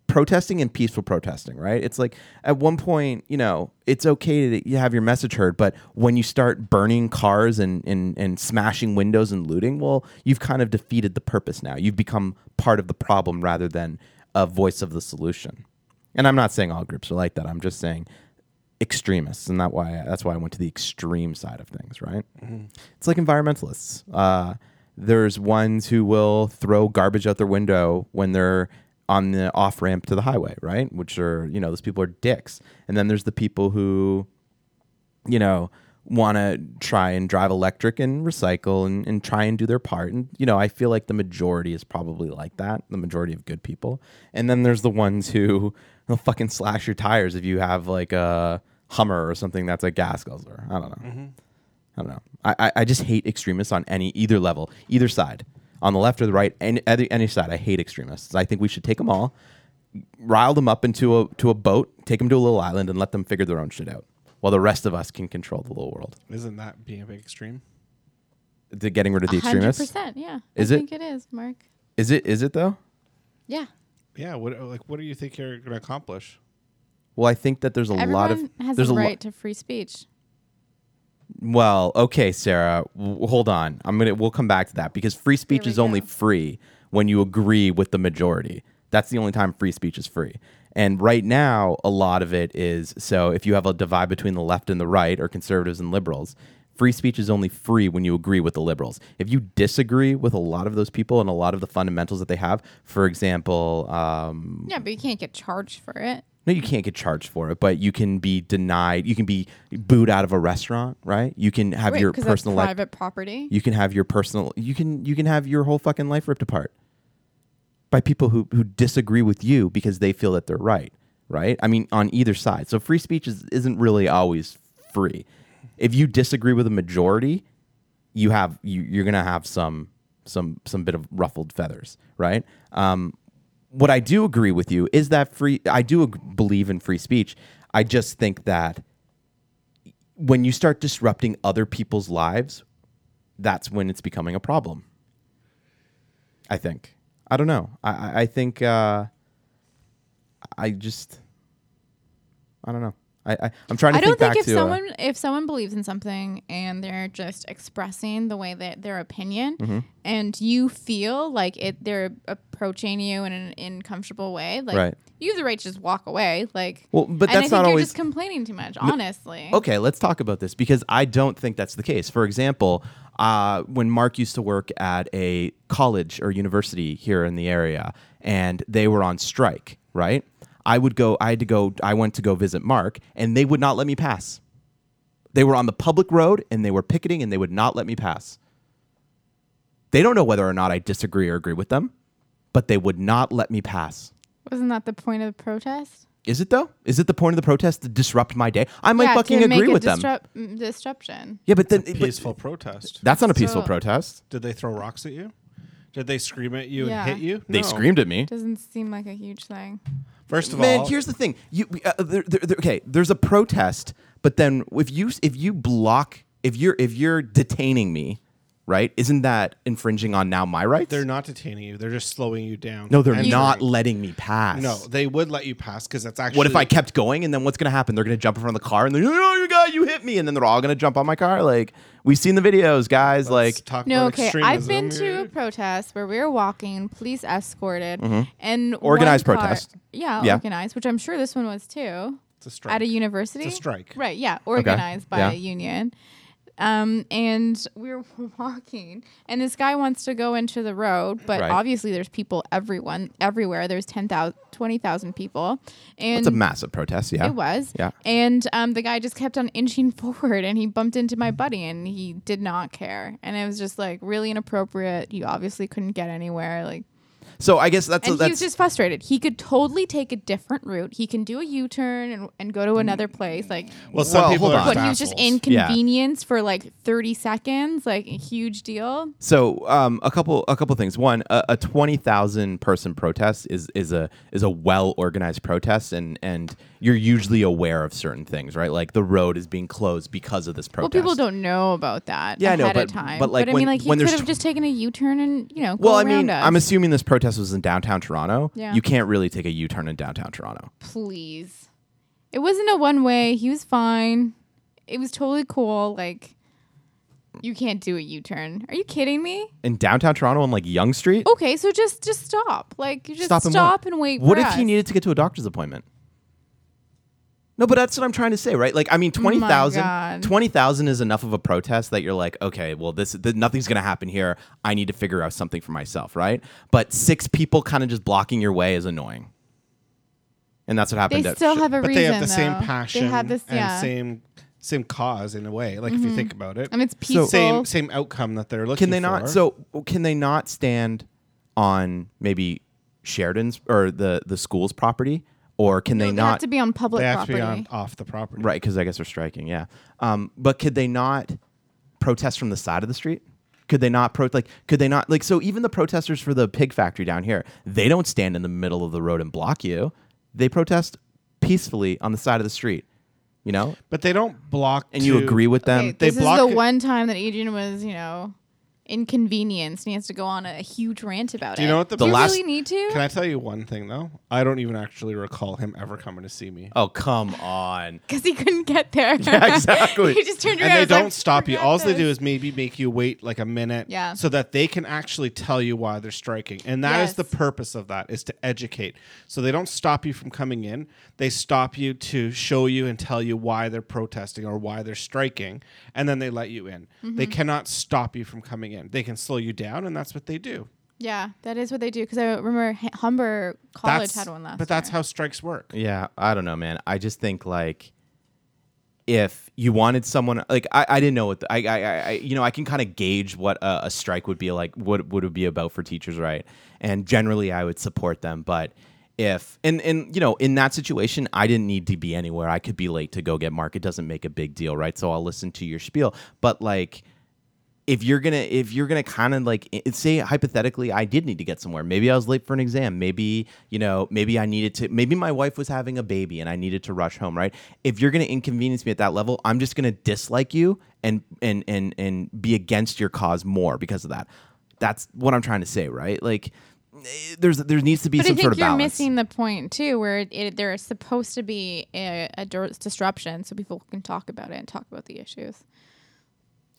Speaker 9: protesting and peaceful protesting, right? It's like at one point, you know, it's okay to you have your message heard, but when you start burning cars and, and, and smashing windows and looting, well, you've kind of defeated the purpose now. You've become part of the problem rather than a voice of the solution. And I'm not saying all groups are like that. I'm just saying extremists, and that why that's why I went to the extreme side of things, right? It's like environmentalists. Uh, there's ones who will throw garbage out their window when they're on the off ramp to the highway, right? Which are you know those people are dicks. And then there's the people who, you know, want to try and drive electric and recycle and, and try and do their part. And you know, I feel like the majority is probably like that. The majority of good people. And then there's the ones who will fucking slash your tires if you have like a Hummer or something that's a gas guzzler. I don't know. I don't know. I, I, I just hate extremists on any either level, either side, on the left or the right, any any, any side. I hate extremists. I think we should take them all, rile them up into a to a boat, take them to a little island, and let them figure their own shit out, while the rest of us can control the little world.
Speaker 10: isn't that being a big extreme?
Speaker 9: The getting rid of the extremists.
Speaker 11: percent. Yeah.
Speaker 9: Is
Speaker 11: I
Speaker 9: it?
Speaker 11: think it is, Mark.
Speaker 9: Is it is it though?
Speaker 11: Yeah.
Speaker 10: Yeah. What like what do you think you're going to accomplish?
Speaker 9: Well, I think that there's a
Speaker 11: Everyone
Speaker 9: lot of
Speaker 11: has
Speaker 9: there's
Speaker 11: a
Speaker 9: lo-
Speaker 11: right to free speech.
Speaker 9: Well, okay, Sarah, w- hold on. I'm gonna we'll come back to that because free speech
Speaker 11: Here we
Speaker 9: is only
Speaker 11: go.
Speaker 9: free when you agree with the majority. That's the only time free speech is free. And right now, a lot of it is so if you have a divide between the left and the right or conservatives and liberals, free speech is only free when you agree with the liberals. If you disagree with a lot of those people and a lot of the fundamentals that they have, for example, um,
Speaker 11: Yeah, but you can't get charged for it.
Speaker 9: no, you can't get charged for it, but you can be denied. You can be booed out of a restaurant, right? You can have
Speaker 11: Right,
Speaker 9: your
Speaker 11: 'cause that's
Speaker 9: personal life.
Speaker 11: private property.
Speaker 9: You can have your personal. You can you can have your whole fucking life ripped apart by people who who disagree with you because they feel that they're right, right? I mean, on either side. So free speech is, isn't really always free. If you disagree with a majority, you have you, you're gonna have some some some bit of ruffled feathers, right? Um, what I do agree with you is that free. I do ag- believe in free speech. I just think that when you start disrupting other people's lives, that's when it's becoming a problem. I think. I don't know. I I, I think. Uh, I just. I don't know. I, I I'm trying to
Speaker 11: I don't
Speaker 9: back
Speaker 11: think if
Speaker 9: to. uh,
Speaker 11: someone if someone believes in something and they're just expressing the way that their opinion
Speaker 9: Mm-hmm.
Speaker 11: and you feel like it they're approaching you in an uncomfortable way, like
Speaker 9: Right.
Speaker 11: you have the right to just walk away. Like
Speaker 9: Well, but that's
Speaker 11: and I think
Speaker 9: not
Speaker 11: you're
Speaker 9: always-
Speaker 11: just complaining too much, honestly.
Speaker 9: okay, let's talk about this because I don't think that's the case. For example, uh, when Mark used to work at a college or university here in the area and they were on strike, right? I would go, I had to go, I went to go visit Mark and they would not let me pass. They were on the public road and they were picketing and they would not let me pass. They don't know whether or not I disagree or agree with them, but they would not let me pass.
Speaker 11: Wasn't that the point of the protest?
Speaker 9: Is it though? Is it the point of the protest to disrupt my day? I might
Speaker 11: yeah,
Speaker 9: fucking
Speaker 11: to make
Speaker 9: agree
Speaker 11: a
Speaker 9: with them.
Speaker 11: disrup- mm, Disruption.
Speaker 9: Yeah, but then but-
Speaker 10: Peaceful protest.
Speaker 9: that's not a peaceful
Speaker 11: So-
Speaker 9: protest.
Speaker 10: Did they throw rocks at you? Did they scream at you
Speaker 11: Yeah.
Speaker 10: and hit you?
Speaker 9: They
Speaker 10: No.
Speaker 9: screamed at me.
Speaker 11: Doesn't seem like a huge thing.
Speaker 10: First of
Speaker 9: man,
Speaker 10: all,
Speaker 9: here's the thing. You uh, there, there, there- okay, there's a protest, but then if you if you block if you're if you're detaining me, right? Isn't that infringing on now my rights?
Speaker 10: they're not detaining you. They're just slowing you down.
Speaker 9: no, they're
Speaker 10: And-
Speaker 9: not letting me pass.
Speaker 10: No, they would let you pass because that's actually
Speaker 9: What if I kept going and then what's gonna happen? They're gonna jump in front of the car and they're like, oh you guy, you hit me, and then they're all gonna jump on my car. Like we've seen the videos, guys.
Speaker 10: Let's
Speaker 9: like
Speaker 10: talk
Speaker 11: No,
Speaker 10: about
Speaker 11: okay. I've
Speaker 10: extremism
Speaker 11: been to a
Speaker 10: here.
Speaker 11: protest where we were walking, police escorted, and one
Speaker 9: Mm-hmm. Organized
Speaker 11: car-
Speaker 9: protest.
Speaker 11: Yeah,
Speaker 9: Yeah.
Speaker 11: organized, which I'm sure this one was too.
Speaker 10: It's a strike.
Speaker 11: At a university,
Speaker 10: It's a strike.
Speaker 11: Right? Yeah, organized by
Speaker 9: yeah.
Speaker 11: a union. Um, and we were walking, and this guy wants to go into the road, but
Speaker 9: Right.
Speaker 11: obviously there's people everyone everywhere. There's 10,000, 20,000 people, and
Speaker 9: it's a massive protest, yeah.
Speaker 11: it was.
Speaker 9: Yeah.
Speaker 11: And um, the guy just kept on inching forward and he bumped into my buddy and he did not care. And it was just like really inappropriate. You obviously couldn't get anywhere. Like,
Speaker 9: So I guess that's
Speaker 11: and he
Speaker 9: that's
Speaker 11: was just frustrated. He could totally take a different route. He can do a U turn and, and go to another place. Like,
Speaker 10: Well, some
Speaker 9: Well,
Speaker 10: people
Speaker 9: hold
Speaker 10: are
Speaker 9: on.
Speaker 11: but he was just
Speaker 10: assholes.
Speaker 11: inconvenienced for like 30 seconds. Like, a huge deal.
Speaker 9: So, um, a couple a couple things. One, a, a twenty thousand person protest is is a is a well organized protest, and and you're usually aware of certain things, right? Like the road is being closed because of this
Speaker 11: Well,
Speaker 9: protest.
Speaker 11: people don't know about that
Speaker 9: Yeah, I
Speaker 11: ahead
Speaker 9: know,
Speaker 11: of
Speaker 9: but-
Speaker 11: time.
Speaker 9: but, like,
Speaker 11: I
Speaker 9: when-
Speaker 11: mean, like, he
Speaker 9: when
Speaker 11: could
Speaker 9: there's
Speaker 11: have
Speaker 9: tw-
Speaker 11: just taken a U turn and, you know, go
Speaker 9: Well, I
Speaker 11: around
Speaker 9: mean,
Speaker 11: us.
Speaker 9: I'm assuming this protest was in downtown Toronto.
Speaker 11: Yeah.
Speaker 9: You can't really take a U turn in downtown Toronto.
Speaker 11: please. It wasn't a one way. He was fine. It was totally cool. Like, you can't do a U turn. Are you kidding me?
Speaker 9: In downtown Toronto on like Young Street?
Speaker 11: Okay, so just just stop. Like, you just stop and, wait.
Speaker 9: What
Speaker 11: for
Speaker 9: if he
Speaker 11: us.
Speaker 9: needed to get to a doctor's appointment? No, but that's what I'm trying to say, right? Like, I mean, 20,000
Speaker 11: God.
Speaker 9: 20,000 is enough of a protest that you're like, okay, well, this, th- nothing's going to happen here. I need to figure out something for myself, right? But six people kind of just blocking your way is annoying. And that's what
Speaker 11: They
Speaker 9: happened. at
Speaker 11: still
Speaker 9: Sh-
Speaker 11: have a
Speaker 10: but
Speaker 11: reason.
Speaker 10: they have the same
Speaker 11: though.
Speaker 10: passion
Speaker 11: They have this, yeah.
Speaker 10: and same same cause in a way. Like if you think about it,
Speaker 11: and it's
Speaker 9: So-
Speaker 11: peaceful.
Speaker 10: same same outcome that they're looking.
Speaker 9: Can they not?
Speaker 10: for.
Speaker 9: So can they not stand on maybe Sheridan's or the, the school's property? Or can they
Speaker 11: They
Speaker 9: not?
Speaker 11: have to be on public
Speaker 10: they have
Speaker 11: property.
Speaker 10: to be on Um, off the property.
Speaker 9: Right, because I guess they're striking. Yeah, um, but could they not protest from the side of the street? Could they not pro like? Could they not like? So even the protesters for the pig factory down here, they don't stand in the middle of the road and block you. They protest peacefully on the side of the street. You know,
Speaker 10: but they don't block.
Speaker 9: and you
Speaker 10: to-
Speaker 9: agree with them.
Speaker 11: Okay,
Speaker 10: they
Speaker 11: this
Speaker 10: block
Speaker 11: is
Speaker 10: it-
Speaker 11: the one time that Adrian was, you know, inconvenienced and he has to go on a, huge rant about
Speaker 10: Do
Speaker 11: it.
Speaker 10: you know what the-
Speaker 11: Do
Speaker 10: The
Speaker 11: you
Speaker 9: last-
Speaker 11: really need to?
Speaker 10: Can I tell you one thing though? I don't even actually recall him ever coming to see me.
Speaker 9: oh come on!
Speaker 11: Because he couldn't get there.
Speaker 9: exactly.
Speaker 11: he just turned around.
Speaker 10: and they
Speaker 11: was like,
Speaker 10: don't stop you.
Speaker 11: "Forget
Speaker 10: All they
Speaker 11: this."
Speaker 10: do is maybe make you wait like a minute,
Speaker 11: Yeah.
Speaker 10: so that they can actually tell you why they're striking. And that is
Speaker 11: Yes.
Speaker 10: the purpose of that is to educate. So they don't stop you from coming in. They stop you to show you and tell you why they're protesting or why they're striking, and then they let you in.
Speaker 11: Mm-hmm.
Speaker 10: They cannot stop you from coming in. They can slow you down, and that's what they do.
Speaker 11: Yeah, that is what they do. Because I remember H- Humber College
Speaker 10: that's,
Speaker 11: had one last.
Speaker 10: but that's
Speaker 11: year.
Speaker 10: how strikes work.
Speaker 9: Yeah, I don't know, man. I just think like if you wanted someone like I, I didn't know what the, I, I I- I you know I can kind of gauge what a, a strike would be like what would it be about for teachers right and generally I would support them but if and and you know in that situation I didn't need to be anywhere I could be late to go get Mark it doesn't make a big deal right so I'll listen to your spiel but like if you're gonna if you're gonna kind of like i- say hypothetically i did need to get somewhere maybe i was late for an exam maybe you know maybe i needed to maybe my wife was having a baby and i needed to rush home right if you're gonna inconvenience me at that level i'm just gonna dislike you and and and and be against your cause more because of that that's what i'm trying to say right like eh, there's there needs to be
Speaker 11: But I
Speaker 9: some
Speaker 11: think
Speaker 9: sort of
Speaker 11: you're
Speaker 9: balance
Speaker 11: missing the point too, where it, it, there is supposed to be a, a dir- disruption so people can talk about it and talk about the issues.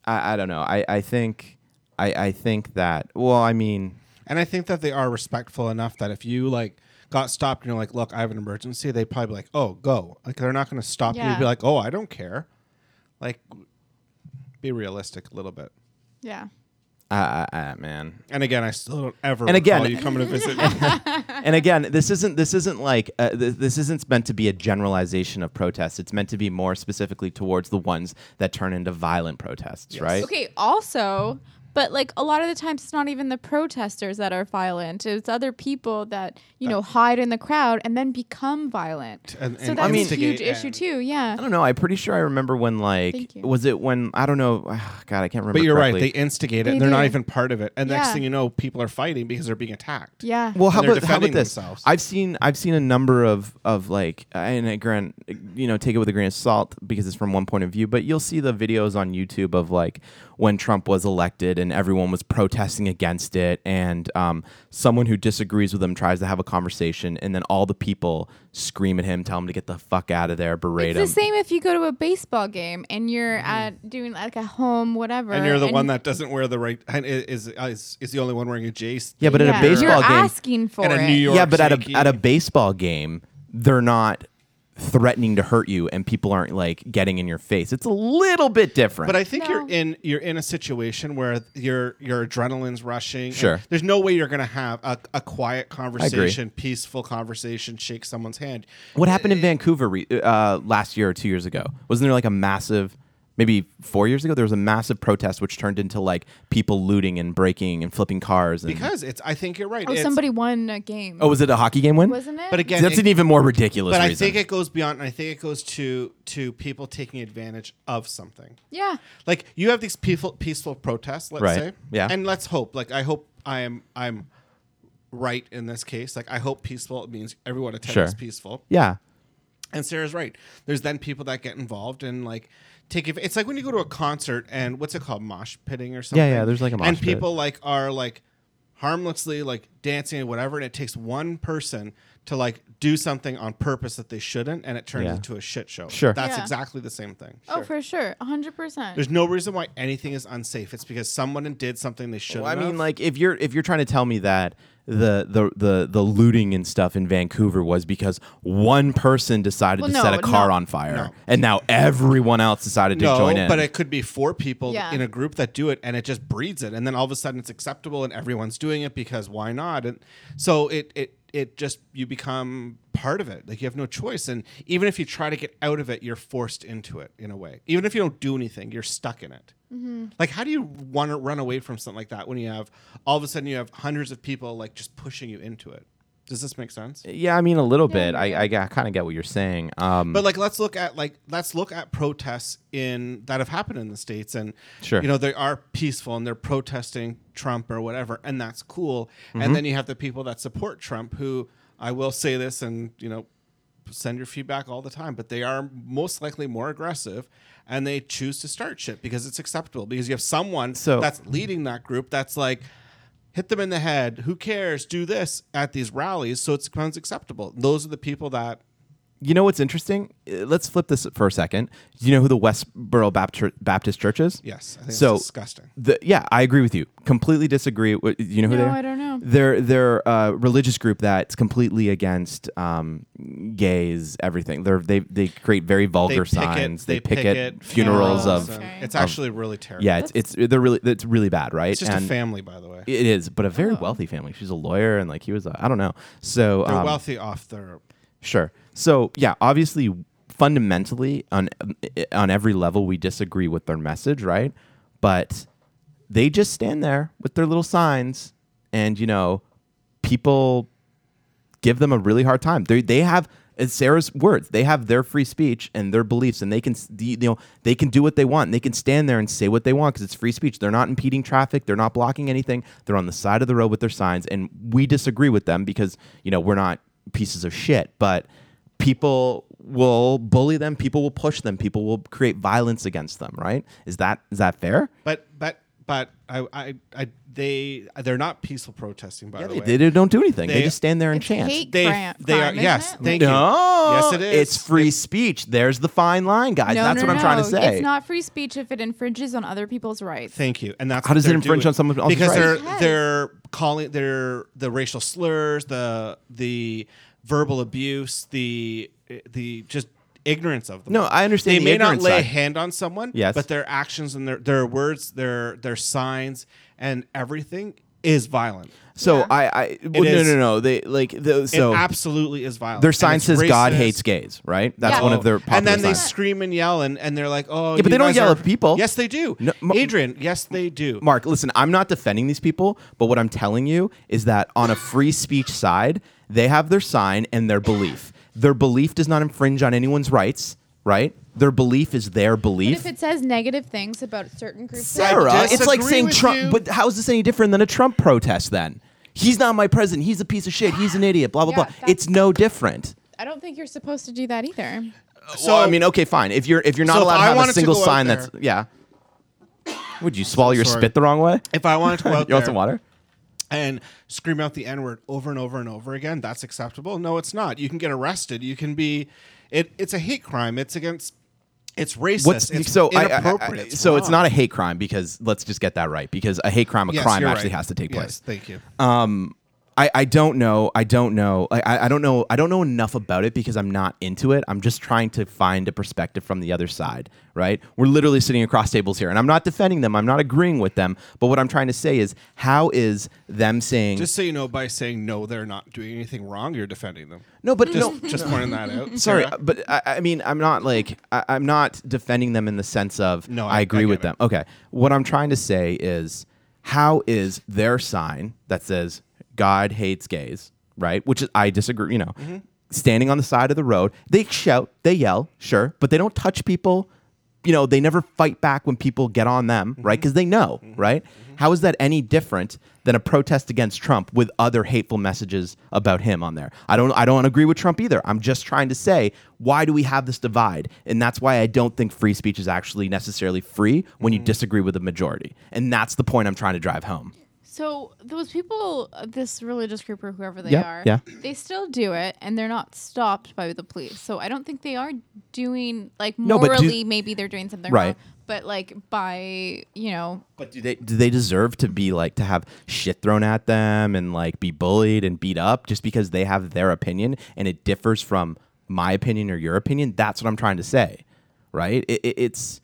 Speaker 9: I, I don't know i i think i i think that well i mean
Speaker 10: And I think that they are respectful enough that if you like got stopped and you're like, look, I have an emergency, they'd probably be like, oh, go. Like they're not going to stop you and
Speaker 11: Yeah.
Speaker 10: be like, oh, I don't care. Like, be realistic a little bit.
Speaker 11: Yeah.
Speaker 9: uh, uh, man
Speaker 10: And again, I still don't ever
Speaker 9: And
Speaker 10: and
Speaker 9: again-
Speaker 10: again, you coming to visit me.
Speaker 9: and again, this isn't this isn't like uh, th- this isn't meant to be a generalization of protests. It's meant to be more specifically towards the ones that turn into violent protests, right?
Speaker 11: Okay. Also, But like a lot of the times, it's not even the protesters that are violent. It's other people that you know hide in the crowd and then become violent.
Speaker 10: Uh, And-
Speaker 11: so
Speaker 10: and
Speaker 11: that's a
Speaker 10: instigate
Speaker 11: huge issue
Speaker 10: and-
Speaker 11: too. Yeah.
Speaker 9: I don't know. I'm pretty sure I remember when like
Speaker 11: Thank you.
Speaker 9: was it when I don't know. God, I can't remember.
Speaker 10: But you're right. They
Speaker 9: correctly.
Speaker 10: instigate it.
Speaker 11: They
Speaker 10: and they're not
Speaker 11: do.
Speaker 10: even part of it. And next
Speaker 11: Yeah.
Speaker 10: thing you know, people are fighting because they're being attacked.
Speaker 11: Yeah.
Speaker 9: well, how
Speaker 10: and they're
Speaker 9: about, how about
Speaker 10: defending
Speaker 9: this?
Speaker 10: themselves.
Speaker 9: I've seen I've seen a number of of like and a grant you know take it with a grain of salt because it's from one point of view, but you'll see the videos on YouTube of like when Trump was elected and everyone was protesting against it, and um, someone who disagrees with him tries to have a conversation, and then all the people scream at him, tell him to get the fuck out of there, berate
Speaker 11: It's
Speaker 9: him.
Speaker 11: the same if you go to a baseball game and you're at doing like a home whatever,
Speaker 10: Mm-hmm. And you're the one that doesn't wear the right and i- is is is the only one wearing a jace.
Speaker 9: Yeah, but at a
Speaker 11: Yeah.
Speaker 9: baseball
Speaker 11: you're
Speaker 9: game,
Speaker 11: asking for
Speaker 10: in a
Speaker 11: it.
Speaker 10: New York.
Speaker 9: yeah, but at a
Speaker 10: shaky-
Speaker 9: at a baseball game, they're not threatening to hurt you, and people aren't like getting in your face. It's a little bit different.
Speaker 10: But I think you're
Speaker 11: No.
Speaker 10: in you're in a situation where your your adrenaline's rushing. and
Speaker 9: Sure.
Speaker 10: There's no way you're gonna have a, a quiet conversation, peaceful conversation, shake someone's hand.
Speaker 9: what happened in Vancouver re- uh, last year or two years ago? Wasn't there like a massive? Maybe four years ago, there was a massive protest which turned into like people looting and breaking and flipping cars. And,
Speaker 10: Because it's I think you're right.
Speaker 11: Oh,
Speaker 10: It's-
Speaker 11: somebody won a game.
Speaker 9: oh, was it a hockey game win?
Speaker 11: wasn't it?
Speaker 10: but again
Speaker 9: That's
Speaker 10: it-
Speaker 9: an even more ridiculous
Speaker 10: but I
Speaker 9: reason.
Speaker 10: think it goes beyond I think it goes to to people taking advantage of something.
Speaker 11: yeah.
Speaker 10: like you have these peaceful peaceful protests let's
Speaker 9: Right.
Speaker 10: say
Speaker 9: Yeah.
Speaker 10: and let's hope like i hope i am i'm right in this case like i hope peaceful it means everyone attends
Speaker 9: Sure.
Speaker 10: peaceful
Speaker 9: yeah,
Speaker 10: and sarah's right there's then people that get involved and like take it it's like when you go to a concert and what's it called mosh pitting or something
Speaker 9: yeah, there's, like, a mosh
Speaker 10: and
Speaker 9: pit.
Speaker 10: people like are like harmlessly like dancing and whatever and it takes one person to like do something on purpose that they shouldn't and it turns
Speaker 9: Yeah.
Speaker 10: into a shit show
Speaker 9: Sure.
Speaker 10: that's
Speaker 11: Yeah.
Speaker 10: exactly the same thing
Speaker 11: Oh, for sure, hundred percent.
Speaker 10: there's no reason why anything is unsafe. It's because someone did something they shouldn't.
Speaker 9: Well, I
Speaker 10: have.
Speaker 9: mean, like if you're if you're trying to tell me that the the the the looting and stuff in Vancouver was because one person decided
Speaker 11: Well,
Speaker 9: to set
Speaker 11: no,
Speaker 9: a car
Speaker 11: no.
Speaker 9: on fire, and now everyone else decided to
Speaker 10: no,
Speaker 9: join in.
Speaker 10: but it could be four people
Speaker 11: Yeah.
Speaker 10: in a group that do it, and it just breeds it, and then all of a sudden it's acceptable, and everyone's doing it because why not? And so it it it just you become part of it. Like you have no choice, and even if you try to get out of it, you're forced into it in a way. Even if you don't do anything, you're stuck in it. Like, how do you want to run away from something like that when you have all of a sudden you have hundreds of people like just pushing you into it? Does this make sense?
Speaker 9: yeah, I mean a little bit. I I, kind of get what you're saying. Um,
Speaker 10: But like, let's look at like let's look at protests in that have happened in the states, and
Speaker 9: Sure.
Speaker 10: you know they are peaceful and they're protesting Trump or whatever, and that's cool. And then you have the people that support Trump, who I will say this, and you know, send your feedback all the time, but they are most likely more aggressive, and they choose to start shit because it's acceptable because you have someone
Speaker 9: So-
Speaker 10: that's leading that group that's like. Hit them in the head. Who cares? Do this at these rallies, so it becomes acceptable. Those are the people that
Speaker 9: you know what's interesting? Uh, Let's flip this for a second. Do you know who the Westboro Baptist Baptist Church is?
Speaker 10: Yes, I think it's
Speaker 9: so
Speaker 10: disgusting.
Speaker 9: The, yeah, I agree with you. Completely disagree. Wh- You know who
Speaker 11: No,
Speaker 9: they are?
Speaker 11: I don't know.
Speaker 9: They're they're a religious group that's completely against um, gays, everything. They're, they they create very vulgar signs. they, picket, funerals
Speaker 11: Yeah.
Speaker 9: of.
Speaker 11: Okay.
Speaker 10: It's actually really terrible.
Speaker 9: Yeah, it's, it's they're really it's really bad, right?
Speaker 10: it's just
Speaker 9: And
Speaker 10: a family, by the way.
Speaker 9: It is, but a very
Speaker 11: Oh.
Speaker 9: wealthy family. She's a lawyer, and like he was, a, I don't know. So
Speaker 10: They're
Speaker 9: um,
Speaker 10: wealthy off their.
Speaker 9: Sure. So yeah, obviously, fundamentally on on every level, we disagree with their message, right? But they just stand there with their little signs, and you know, people give them a really hard time. They they have. It's Sarah's words. They have their free speech and their beliefs, and they can s- you know they can do what they want. They can stand there and say what they want because it's free speech. They're not impeding traffic. They're not blocking anything. They're on the side of the road with their signs, and we disagree with them because you know we're not pieces of shit. But people will bully them. People will push them. People will create violence against them. Right? Is that is that fair?
Speaker 10: But but but I I, I they they're not peaceful protesting by the
Speaker 9: They,
Speaker 10: way.
Speaker 9: they don't do anything. They,
Speaker 10: They-
Speaker 9: just stand there and
Speaker 11: It's
Speaker 9: chant.
Speaker 11: hate
Speaker 10: They
Speaker 11: cram-
Speaker 10: they are
Speaker 11: crime, isn't
Speaker 10: yes.
Speaker 11: it?
Speaker 10: Thank
Speaker 9: No,
Speaker 10: you. Yes, it is.
Speaker 9: It's free speech. There's the fine line, guys.
Speaker 11: No,
Speaker 9: That's
Speaker 11: no,
Speaker 9: what I'm
Speaker 11: no.
Speaker 9: trying to say.
Speaker 11: It's not free speech if it infringes on other people's rights.
Speaker 10: Thank you. And that's
Speaker 9: How
Speaker 10: what
Speaker 9: does it
Speaker 10: they're
Speaker 9: infringe
Speaker 10: doing.
Speaker 9: on someone else's
Speaker 10: Because
Speaker 9: rights?
Speaker 10: they're they're calling they're the racial slurs, the the verbal abuse, the the just ignorance of them.
Speaker 9: No, I understand
Speaker 10: They
Speaker 9: the
Speaker 10: may not
Speaker 9: ignorance
Speaker 10: lay a
Speaker 9: side.
Speaker 10: hand on someone,
Speaker 9: Yes.
Speaker 10: but their actions and their their words, their their signs and everything is violent.
Speaker 9: So I, I well, no,
Speaker 10: is.
Speaker 9: no, no. They like the, so
Speaker 10: it absolutely is violent.
Speaker 9: their
Speaker 10: And
Speaker 9: sign
Speaker 10: it's
Speaker 9: says God
Speaker 10: racist.
Speaker 9: hates gays, right? That's
Speaker 11: Yeah.
Speaker 9: one of their popular
Speaker 10: and then they
Speaker 9: signs.
Speaker 10: scream and yell and, and they're like, oh,
Speaker 9: Yeah, but
Speaker 10: you
Speaker 9: they don't
Speaker 10: guys
Speaker 9: yell
Speaker 10: are-
Speaker 9: at people.
Speaker 10: Yes, they do.
Speaker 9: No, mo-
Speaker 10: Adrian, yes, they do.
Speaker 9: Mark, listen, I'm not defending these people, but what I'm telling you is that on a free speech side, they have their sign and their belief. Their belief does not infringe on anyone's rights, right? Their belief is their
Speaker 6: But
Speaker 9: belief.
Speaker 6: if it says negative things about certain groups, of
Speaker 9: Sarah,
Speaker 10: I
Speaker 9: it's like
Speaker 10: disagree
Speaker 9: saying
Speaker 10: with
Speaker 9: Trump,
Speaker 10: you.
Speaker 9: but how is this any different than a Trump protest then? He's not my president. He's a piece of shit. He's an idiot. Blah blah
Speaker 6: Yeah,
Speaker 9: blah.
Speaker 6: that's-
Speaker 9: It's no different.
Speaker 11: I don't think you're supposed to do that either.
Speaker 9: So Uh, I mean, okay, fine. If you're if you're not
Speaker 10: So if
Speaker 9: allowed
Speaker 10: I
Speaker 9: to have
Speaker 10: wanted
Speaker 9: a
Speaker 10: to
Speaker 9: single
Speaker 10: go out
Speaker 9: sign
Speaker 10: there-
Speaker 9: that's yeah. Would you swallow your
Speaker 10: sorry.
Speaker 9: spit the wrong way?
Speaker 10: If I wanted to go
Speaker 9: you
Speaker 10: out
Speaker 9: want
Speaker 10: there
Speaker 9: some water?
Speaker 10: and scream out the N word over and over and over again, that's acceptable? No, it's not. You can get arrested. You can be. It, it's a hate crime. It's against. It's racist.
Speaker 9: What's
Speaker 10: it's
Speaker 9: so I- I- I-
Speaker 10: inappropriate.
Speaker 9: so it's not a
Speaker 10: wrong.
Speaker 9: hate crime because let's just get that right because a hate crime a
Speaker 10: Yes,
Speaker 9: crime
Speaker 10: you're
Speaker 9: actually
Speaker 10: right.
Speaker 9: has to take
Speaker 10: Yes,
Speaker 9: place.
Speaker 10: Thank you.
Speaker 9: I, I don't know. I don't know. I- I, I don't know. I don't know enough about it because I'm not into it. I'm just trying to find a perspective from the other side, right? We're literally sitting across tables here, and I'm not defending them. I'm not agreeing with them. But what I'm trying to say is, how is them saying
Speaker 10: Just so you know, by saying no, they're not doing anything wrong. You're defending them.
Speaker 9: no? But
Speaker 10: Just,
Speaker 9: no,
Speaker 10: just pointing that out.
Speaker 9: Sorry, uh,
Speaker 10: Sarah.
Speaker 9: but I, I mean, I'm not like I, I'm not defending them in the sense of
Speaker 10: No,
Speaker 9: I,
Speaker 10: I-
Speaker 9: agree
Speaker 10: I
Speaker 9: with
Speaker 10: get
Speaker 9: them.
Speaker 10: it.
Speaker 9: Okay, what I'm trying to say is, how is their sign that says God hates gays, right? Which is I disagree. You know,
Speaker 10: Mm-hmm.
Speaker 9: standing on the side of the road, they shout, they yell, sure, but they don't touch people. You know, they never fight back when people get on them, right? Because they know, right? How is that any different than a protest against Trump with other hateful messages about him on there. I don't I don't agree with Trump either. I'm just trying to say why do we have this divide? And that's why I don't think free speech is actually necessarily free when you disagree with the majority. And that's the point I'm trying to drive home.
Speaker 11: So those people, uh, this religious group or whoever they
Speaker 9: Yeah,
Speaker 11: are,
Speaker 9: yeah.
Speaker 11: they still do it, and they're not stopped by the police. So I don't think they are doing like
Speaker 9: No, but do-
Speaker 11: morally. maybe they're doing something
Speaker 9: Right.
Speaker 11: wrong, but like by you know,
Speaker 9: But do they do they deserve to be like to have shit thrown at them and like be bullied and beat up just because they have their opinion and it differs from my opinion or your opinion? That's what I'm trying to say. Right? It, it, it's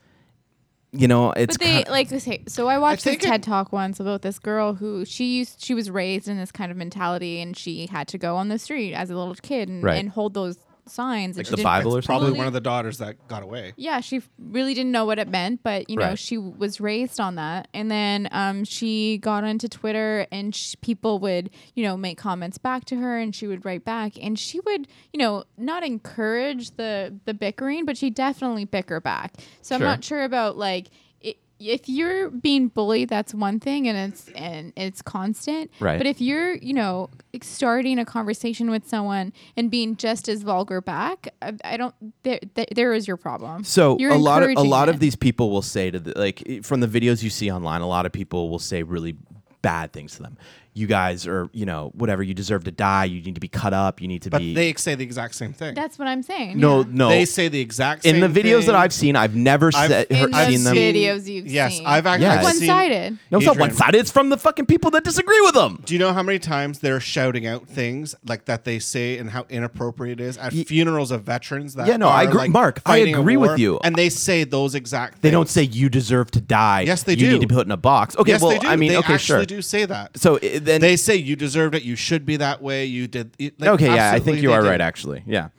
Speaker 9: you know, it's
Speaker 11: but they
Speaker 9: ki-
Speaker 11: like this. So I watched this
Speaker 10: think it-
Speaker 11: TED talk once about this girl who she used. She was raised in this kind of mentality, and she had to go on the street as a little kid and,
Speaker 9: Right.
Speaker 11: and hold those signs.
Speaker 9: Like
Speaker 11: and she
Speaker 9: the
Speaker 11: didn't-
Speaker 9: Bible or
Speaker 11: it's
Speaker 9: something?
Speaker 10: Probably
Speaker 11: totally-
Speaker 10: one of the daughters that got away.
Speaker 11: yeah, she f- really didn't know what it meant, but you know,
Speaker 9: Right.
Speaker 11: she was raised on that. And then um, she got onto Twitter, and sh- people would, you know, make comments back to her, and she would write back, and she would, you know, not encourage the the bickering, but she definitely bicker back. So
Speaker 9: Sure.
Speaker 11: I'm not sure about like. i- If you're being bullied, that's one thing, and it's and it's constant.
Speaker 9: Right.
Speaker 11: But if you're, you know, starting a conversation with someone and being just as vulgar back, I, I don't. There, there, there is your problem.
Speaker 9: So
Speaker 11: You're
Speaker 9: a lot of a
Speaker 11: encouraging
Speaker 9: lot of
Speaker 11: it.
Speaker 9: these people will say to the, like i- from the videos you see online, a lot of people will say really bad things to them. You guys are you know whatever you deserve to die. You need to be cut up. You need to
Speaker 10: But
Speaker 9: be
Speaker 10: they say the exact same thing.
Speaker 11: That's what I'm saying.
Speaker 9: no
Speaker 11: yeah.
Speaker 9: no.
Speaker 10: They say the exact same
Speaker 9: in the videos
Speaker 10: thing.
Speaker 9: that I've seen, I've never
Speaker 10: I've-
Speaker 9: said,
Speaker 11: In
Speaker 9: heard,
Speaker 11: the
Speaker 9: seen them.
Speaker 11: video- videos you've
Speaker 10: yes,
Speaker 11: seen.
Speaker 10: I've actually
Speaker 9: Yes.
Speaker 10: I've
Speaker 9: It's
Speaker 10: seen-
Speaker 11: one-sided.
Speaker 9: No, it's not
Speaker 10: Adrian,
Speaker 9: one sided. It's from the fucking people that disagree with them.
Speaker 10: Do you know how many times they're shouting out things like that they say and how inappropriate it is at funerals of veterans? That
Speaker 9: Yeah, no, I
Speaker 10: are,
Speaker 9: agree-
Speaker 10: like,
Speaker 9: Mark, I
Speaker 10: fighting a
Speaker 9: agree with
Speaker 10: war,
Speaker 9: you.
Speaker 10: And they say those exact.
Speaker 9: They
Speaker 10: things.
Speaker 9: don't say you deserve to die.
Speaker 10: Yes, they
Speaker 9: You
Speaker 10: do.
Speaker 9: need to be put in a box. Okay,
Speaker 10: yes,
Speaker 9: well,
Speaker 10: they do.
Speaker 9: I mean,
Speaker 10: they
Speaker 9: okay,
Speaker 10: actually
Speaker 9: sure.
Speaker 10: do say that.
Speaker 9: So i- then,
Speaker 10: they say you deserved it. You should be that way. You did. You, like,
Speaker 9: okay, yeah, I
Speaker 10: absolutely
Speaker 9: think you
Speaker 10: they
Speaker 9: are
Speaker 10: do.
Speaker 9: right, actually. Yeah.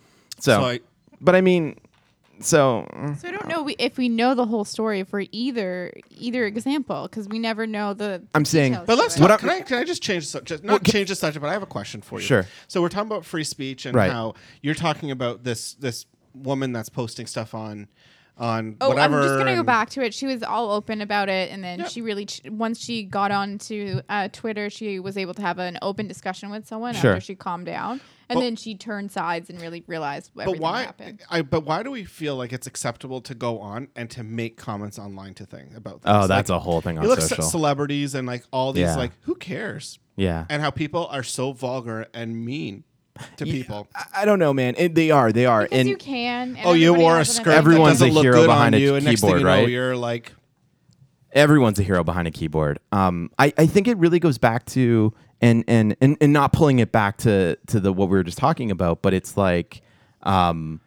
Speaker 9: So,
Speaker 10: So I-
Speaker 9: but I mean, so
Speaker 11: So I don't know we, if we know the whole story for either either example because we never know the.
Speaker 9: I'm saying-
Speaker 11: details
Speaker 10: But
Speaker 11: to
Speaker 10: let's
Speaker 11: it.
Speaker 9: What
Speaker 10: talk.
Speaker 9: I'm-
Speaker 10: Can I, can I just change the subject? Not change the subject, but I have a question for you.
Speaker 9: Sure.
Speaker 10: So we're talking about free speech and
Speaker 9: Right.
Speaker 10: how you're talking about this this woman that's posting stuff on on
Speaker 11: Oh,
Speaker 10: whatever.
Speaker 11: I'm just gonna go
Speaker 10: and-
Speaker 11: back to it. She was all open about it, and then she really ch- once she got onto uh, Twitter, she was able to have an open discussion with someone
Speaker 9: Sure.
Speaker 11: after she calmed down, and then she turned sides and really realized what
Speaker 10: but
Speaker 11: everything
Speaker 10: why
Speaker 11: happened.
Speaker 10: I but why do we feel like it's acceptable to go on and to make comments online to things about things?
Speaker 9: Oh,
Speaker 10: Like,
Speaker 9: that's a whole thing on
Speaker 10: you look at
Speaker 9: social.
Speaker 10: celebrities and like all these
Speaker 9: Yeah.
Speaker 10: like who cares?
Speaker 9: Yeah.
Speaker 10: And how people are so vulgar and mean to people.
Speaker 9: I- I don't know, man. It, they are, they are,
Speaker 11: Because
Speaker 9: and
Speaker 11: you can. and
Speaker 10: Oh, you
Speaker 11: everybody
Speaker 10: wore a
Speaker 11: has an
Speaker 10: skirt.
Speaker 11: opinion.
Speaker 9: Everyone's
Speaker 10: that doesn't
Speaker 9: a
Speaker 10: look
Speaker 9: hero
Speaker 10: good on
Speaker 9: behind a
Speaker 10: you, and next thing
Speaker 9: keyboard,
Speaker 10: you know,
Speaker 9: right?
Speaker 10: You're like
Speaker 9: everyone's a hero behind a keyboard. Um, I, I think it really goes back to and and and, and not pulling it back to to the what we were just talking about, but it's like, um,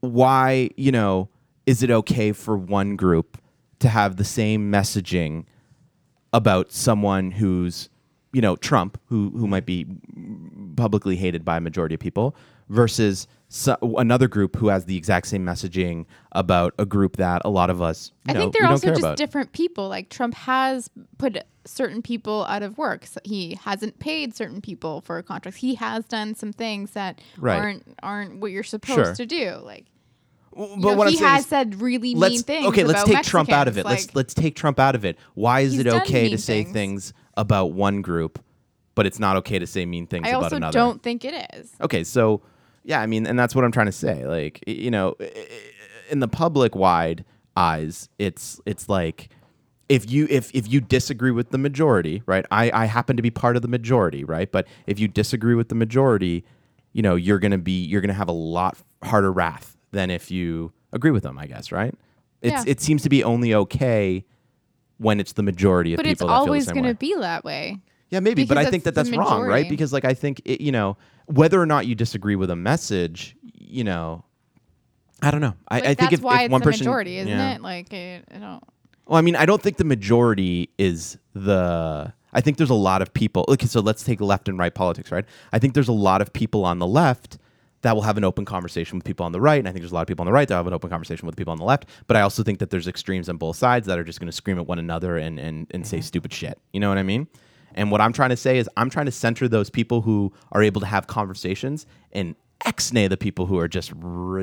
Speaker 9: why you know is it okay for one group to have the same messaging about someone who's you know Trump, who who might be publicly hated by a majority of people, versus so, another group who has the exact same messaging about a group that a lot of us. You
Speaker 11: I
Speaker 9: know,
Speaker 11: think
Speaker 9: we
Speaker 11: they're
Speaker 9: don't
Speaker 11: also
Speaker 9: care
Speaker 11: just
Speaker 9: about.
Speaker 11: different people. Like Trump has put certain people out of work. So he hasn't paid certain people for contracts. He has done some things that
Speaker 9: Right.
Speaker 11: aren't aren't what you're supposed
Speaker 9: Sure.
Speaker 11: to do. Like
Speaker 9: But
Speaker 11: you know,
Speaker 9: what I'm
Speaker 11: he
Speaker 9: saying
Speaker 11: has
Speaker 9: is-
Speaker 11: said really
Speaker 9: let's
Speaker 11: mean things.
Speaker 9: okay let's
Speaker 11: about
Speaker 9: take trump out of it
Speaker 11: Mexicans,
Speaker 9: let's
Speaker 11: like-
Speaker 9: let's take trump out of it why is
Speaker 11: He's
Speaker 9: it
Speaker 11: done
Speaker 9: okay to
Speaker 11: mean
Speaker 9: say
Speaker 11: things.
Speaker 9: things about one group but it's not okay to say mean things
Speaker 11: I
Speaker 9: about
Speaker 11: also
Speaker 9: another
Speaker 11: don't think it is.
Speaker 9: okay so yeah i mean and that's what i'm trying to say like y- you know i- i- in the public wide eyes it's it's like if you if if you disagree with the majority right i i happen to be part of the majority right but if you disagree with the majority you know you're gonna be you're gonna have a lot harder wrath than if you agree with them i guess right it's
Speaker 11: Yeah.
Speaker 9: it seems to be only okay when it's the majority of
Speaker 11: But it's
Speaker 9: people that feel the
Speaker 11: always
Speaker 9: same
Speaker 11: going
Speaker 9: way.
Speaker 11: to be that way.
Speaker 9: Yeah, maybe, but
Speaker 11: Because
Speaker 9: I think that
Speaker 11: that's
Speaker 9: that's
Speaker 11: the
Speaker 9: wrong, right?
Speaker 11: majority.
Speaker 9: Because like I think it, you know whether or not you disagree with a message, you know, I don't know. I,
Speaker 11: Like,
Speaker 9: I think
Speaker 11: that's
Speaker 9: if,
Speaker 11: why
Speaker 9: if
Speaker 11: it's
Speaker 9: one
Speaker 11: the
Speaker 9: person,
Speaker 11: majority, isn't
Speaker 9: yeah.
Speaker 11: it? Like I, I don't.
Speaker 9: Well, I mean, I don't think the majority is the. I think there's a lot of people. Okay, so let's take left and right politics, right? I think there's a lot of people on the left that will have an open conversation with people on the right, and I think there's a lot of people on the right that have an open conversation with people on the left. But I also think that there's extremes on both sides that are just going to scream at one another and and and say stupid shit. You know what I mean? And what I'm trying to say is, I'm trying to center those people who are able to have conversations and ex-nay the people who are just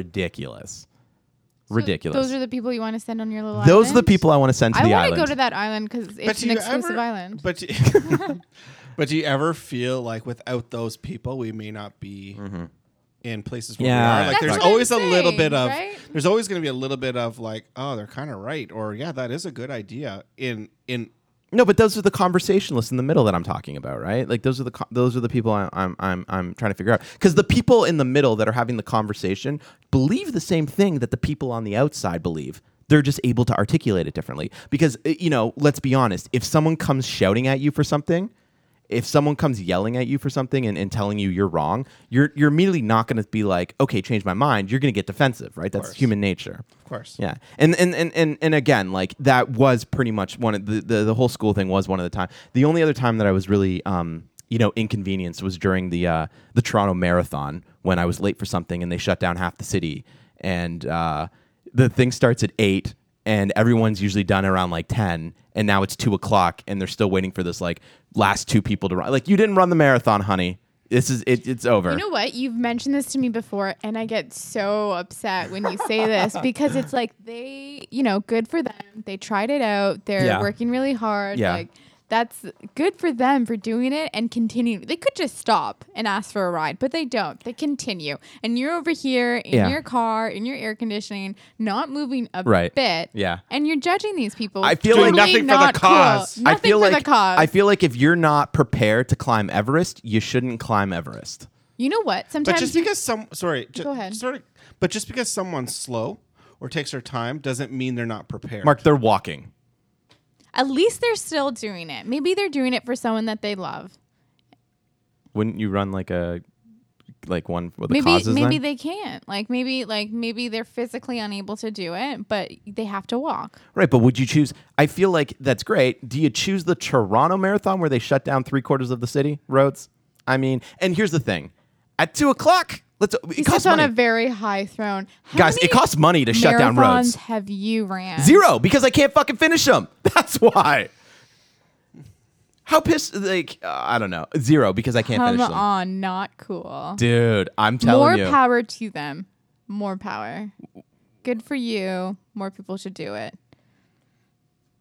Speaker 9: ridiculous, ridiculous.
Speaker 11: Those are the people you want to send on your little.
Speaker 9: Those are the
Speaker 11: island?
Speaker 9: people I want to send to
Speaker 11: I
Speaker 9: the
Speaker 11: want to
Speaker 9: island.
Speaker 11: go to that island because it's
Speaker 10: do
Speaker 11: an
Speaker 10: you
Speaker 11: exclusive
Speaker 10: ever-
Speaker 11: island.
Speaker 10: But do, but do you ever feel like without those people, we may not be in places where
Speaker 9: Yeah,
Speaker 10: we are? Like
Speaker 9: That's
Speaker 10: there's
Speaker 9: what
Speaker 11: I'm
Speaker 10: always a little
Speaker 11: saying,
Speaker 10: bit of
Speaker 11: right?
Speaker 10: there's always going to be a little bit of like oh they're kind of right or yeah that is a good idea in in
Speaker 9: No, but those are the conversationalists in the middle that I'm talking about, right? Like those are the co- those are the people I, I'm I'm I'm trying to figure out because the people in the middle that are having the conversation believe the same thing that the people on the outside believe. They're just able to articulate it differently because uh, you know, let's be honest. If someone comes shouting at you for something, if someone comes yelling at you for something and, and telling you you're wrong, you're you're immediately not going to be like, okay, change my mind. You're going to get defensive, right? That's human nature.
Speaker 10: of course
Speaker 9: Yeah, and and and and and again, like that was pretty much one of the the, the whole school thing was one of the time. The only other time that I was really um you know inconvenienced was during the uh, the Toronto Marathon when I was late for something and they shut down half the city and uh, the thing starts at eight and everyone's usually done around like 10 and now it's 2 o'clock and they're still waiting for this like last two people to run like you didn't run the marathon honey this is it, it's over
Speaker 11: You know what? You've mentioned this to me before, and I get so upset when you say this because it's like they, you know, good for them. They tried it out. They're
Speaker 9: Yeah.
Speaker 11: working really hard.
Speaker 9: Yeah.
Speaker 11: Like that's good for them for doing it and continue. They could just stop and ask for a ride, but they don't. They continue. And you're over here in
Speaker 9: Yeah.
Speaker 11: your car, in your air conditioning, not moving a
Speaker 9: Right.
Speaker 11: bit.
Speaker 9: Yeah.
Speaker 11: And you're judging these people.
Speaker 9: I feel
Speaker 11: Totally
Speaker 9: like
Speaker 10: nothing for the
Speaker 11: not cool.
Speaker 10: cause. I
Speaker 11: Nothing
Speaker 9: I feel
Speaker 11: for
Speaker 9: like
Speaker 11: the cause.
Speaker 9: I feel like if you're not prepared to climb Everest, you shouldn't climb Everest.
Speaker 11: you know what? Sometimes
Speaker 10: but just
Speaker 11: you-
Speaker 10: because some sorry ju-
Speaker 11: Go ahead.
Speaker 10: sorry, but just because someone's slow or takes their time doesn't mean they're not prepared
Speaker 9: Mark, they're walking.
Speaker 11: At least they're still doing it. Maybe they're doing it for someone that they love.
Speaker 9: Wouldn't you run like a like one with the
Speaker 11: Maybe
Speaker 9: causes?
Speaker 11: maybe
Speaker 9: then?
Speaker 11: they can't. Like maybe like maybe they're physically unable to do it, but they have to walk.
Speaker 9: right, but would you choose? I feel like that's great. Do you choose the Toronto Marathon where they shut down three quarters of the city roads? I mean, and here's the thing: at two o'clock, let's. It
Speaker 11: He
Speaker 9: costs
Speaker 11: sits
Speaker 9: money.
Speaker 11: on a very high throne. How
Speaker 9: Guys,
Speaker 11: many
Speaker 9: it costs money to shut down
Speaker 11: marathons
Speaker 9: roads.
Speaker 11: Have you ran
Speaker 9: Zero, because I can't fucking finish them. That's why. How pissed? Like uh, I don't know. Zero because I can't
Speaker 11: Come
Speaker 9: finish them.
Speaker 11: on, not cool.
Speaker 9: Dude, I'm
Speaker 11: More
Speaker 9: telling you.
Speaker 11: power to them. More power. Good for you. More people should do it.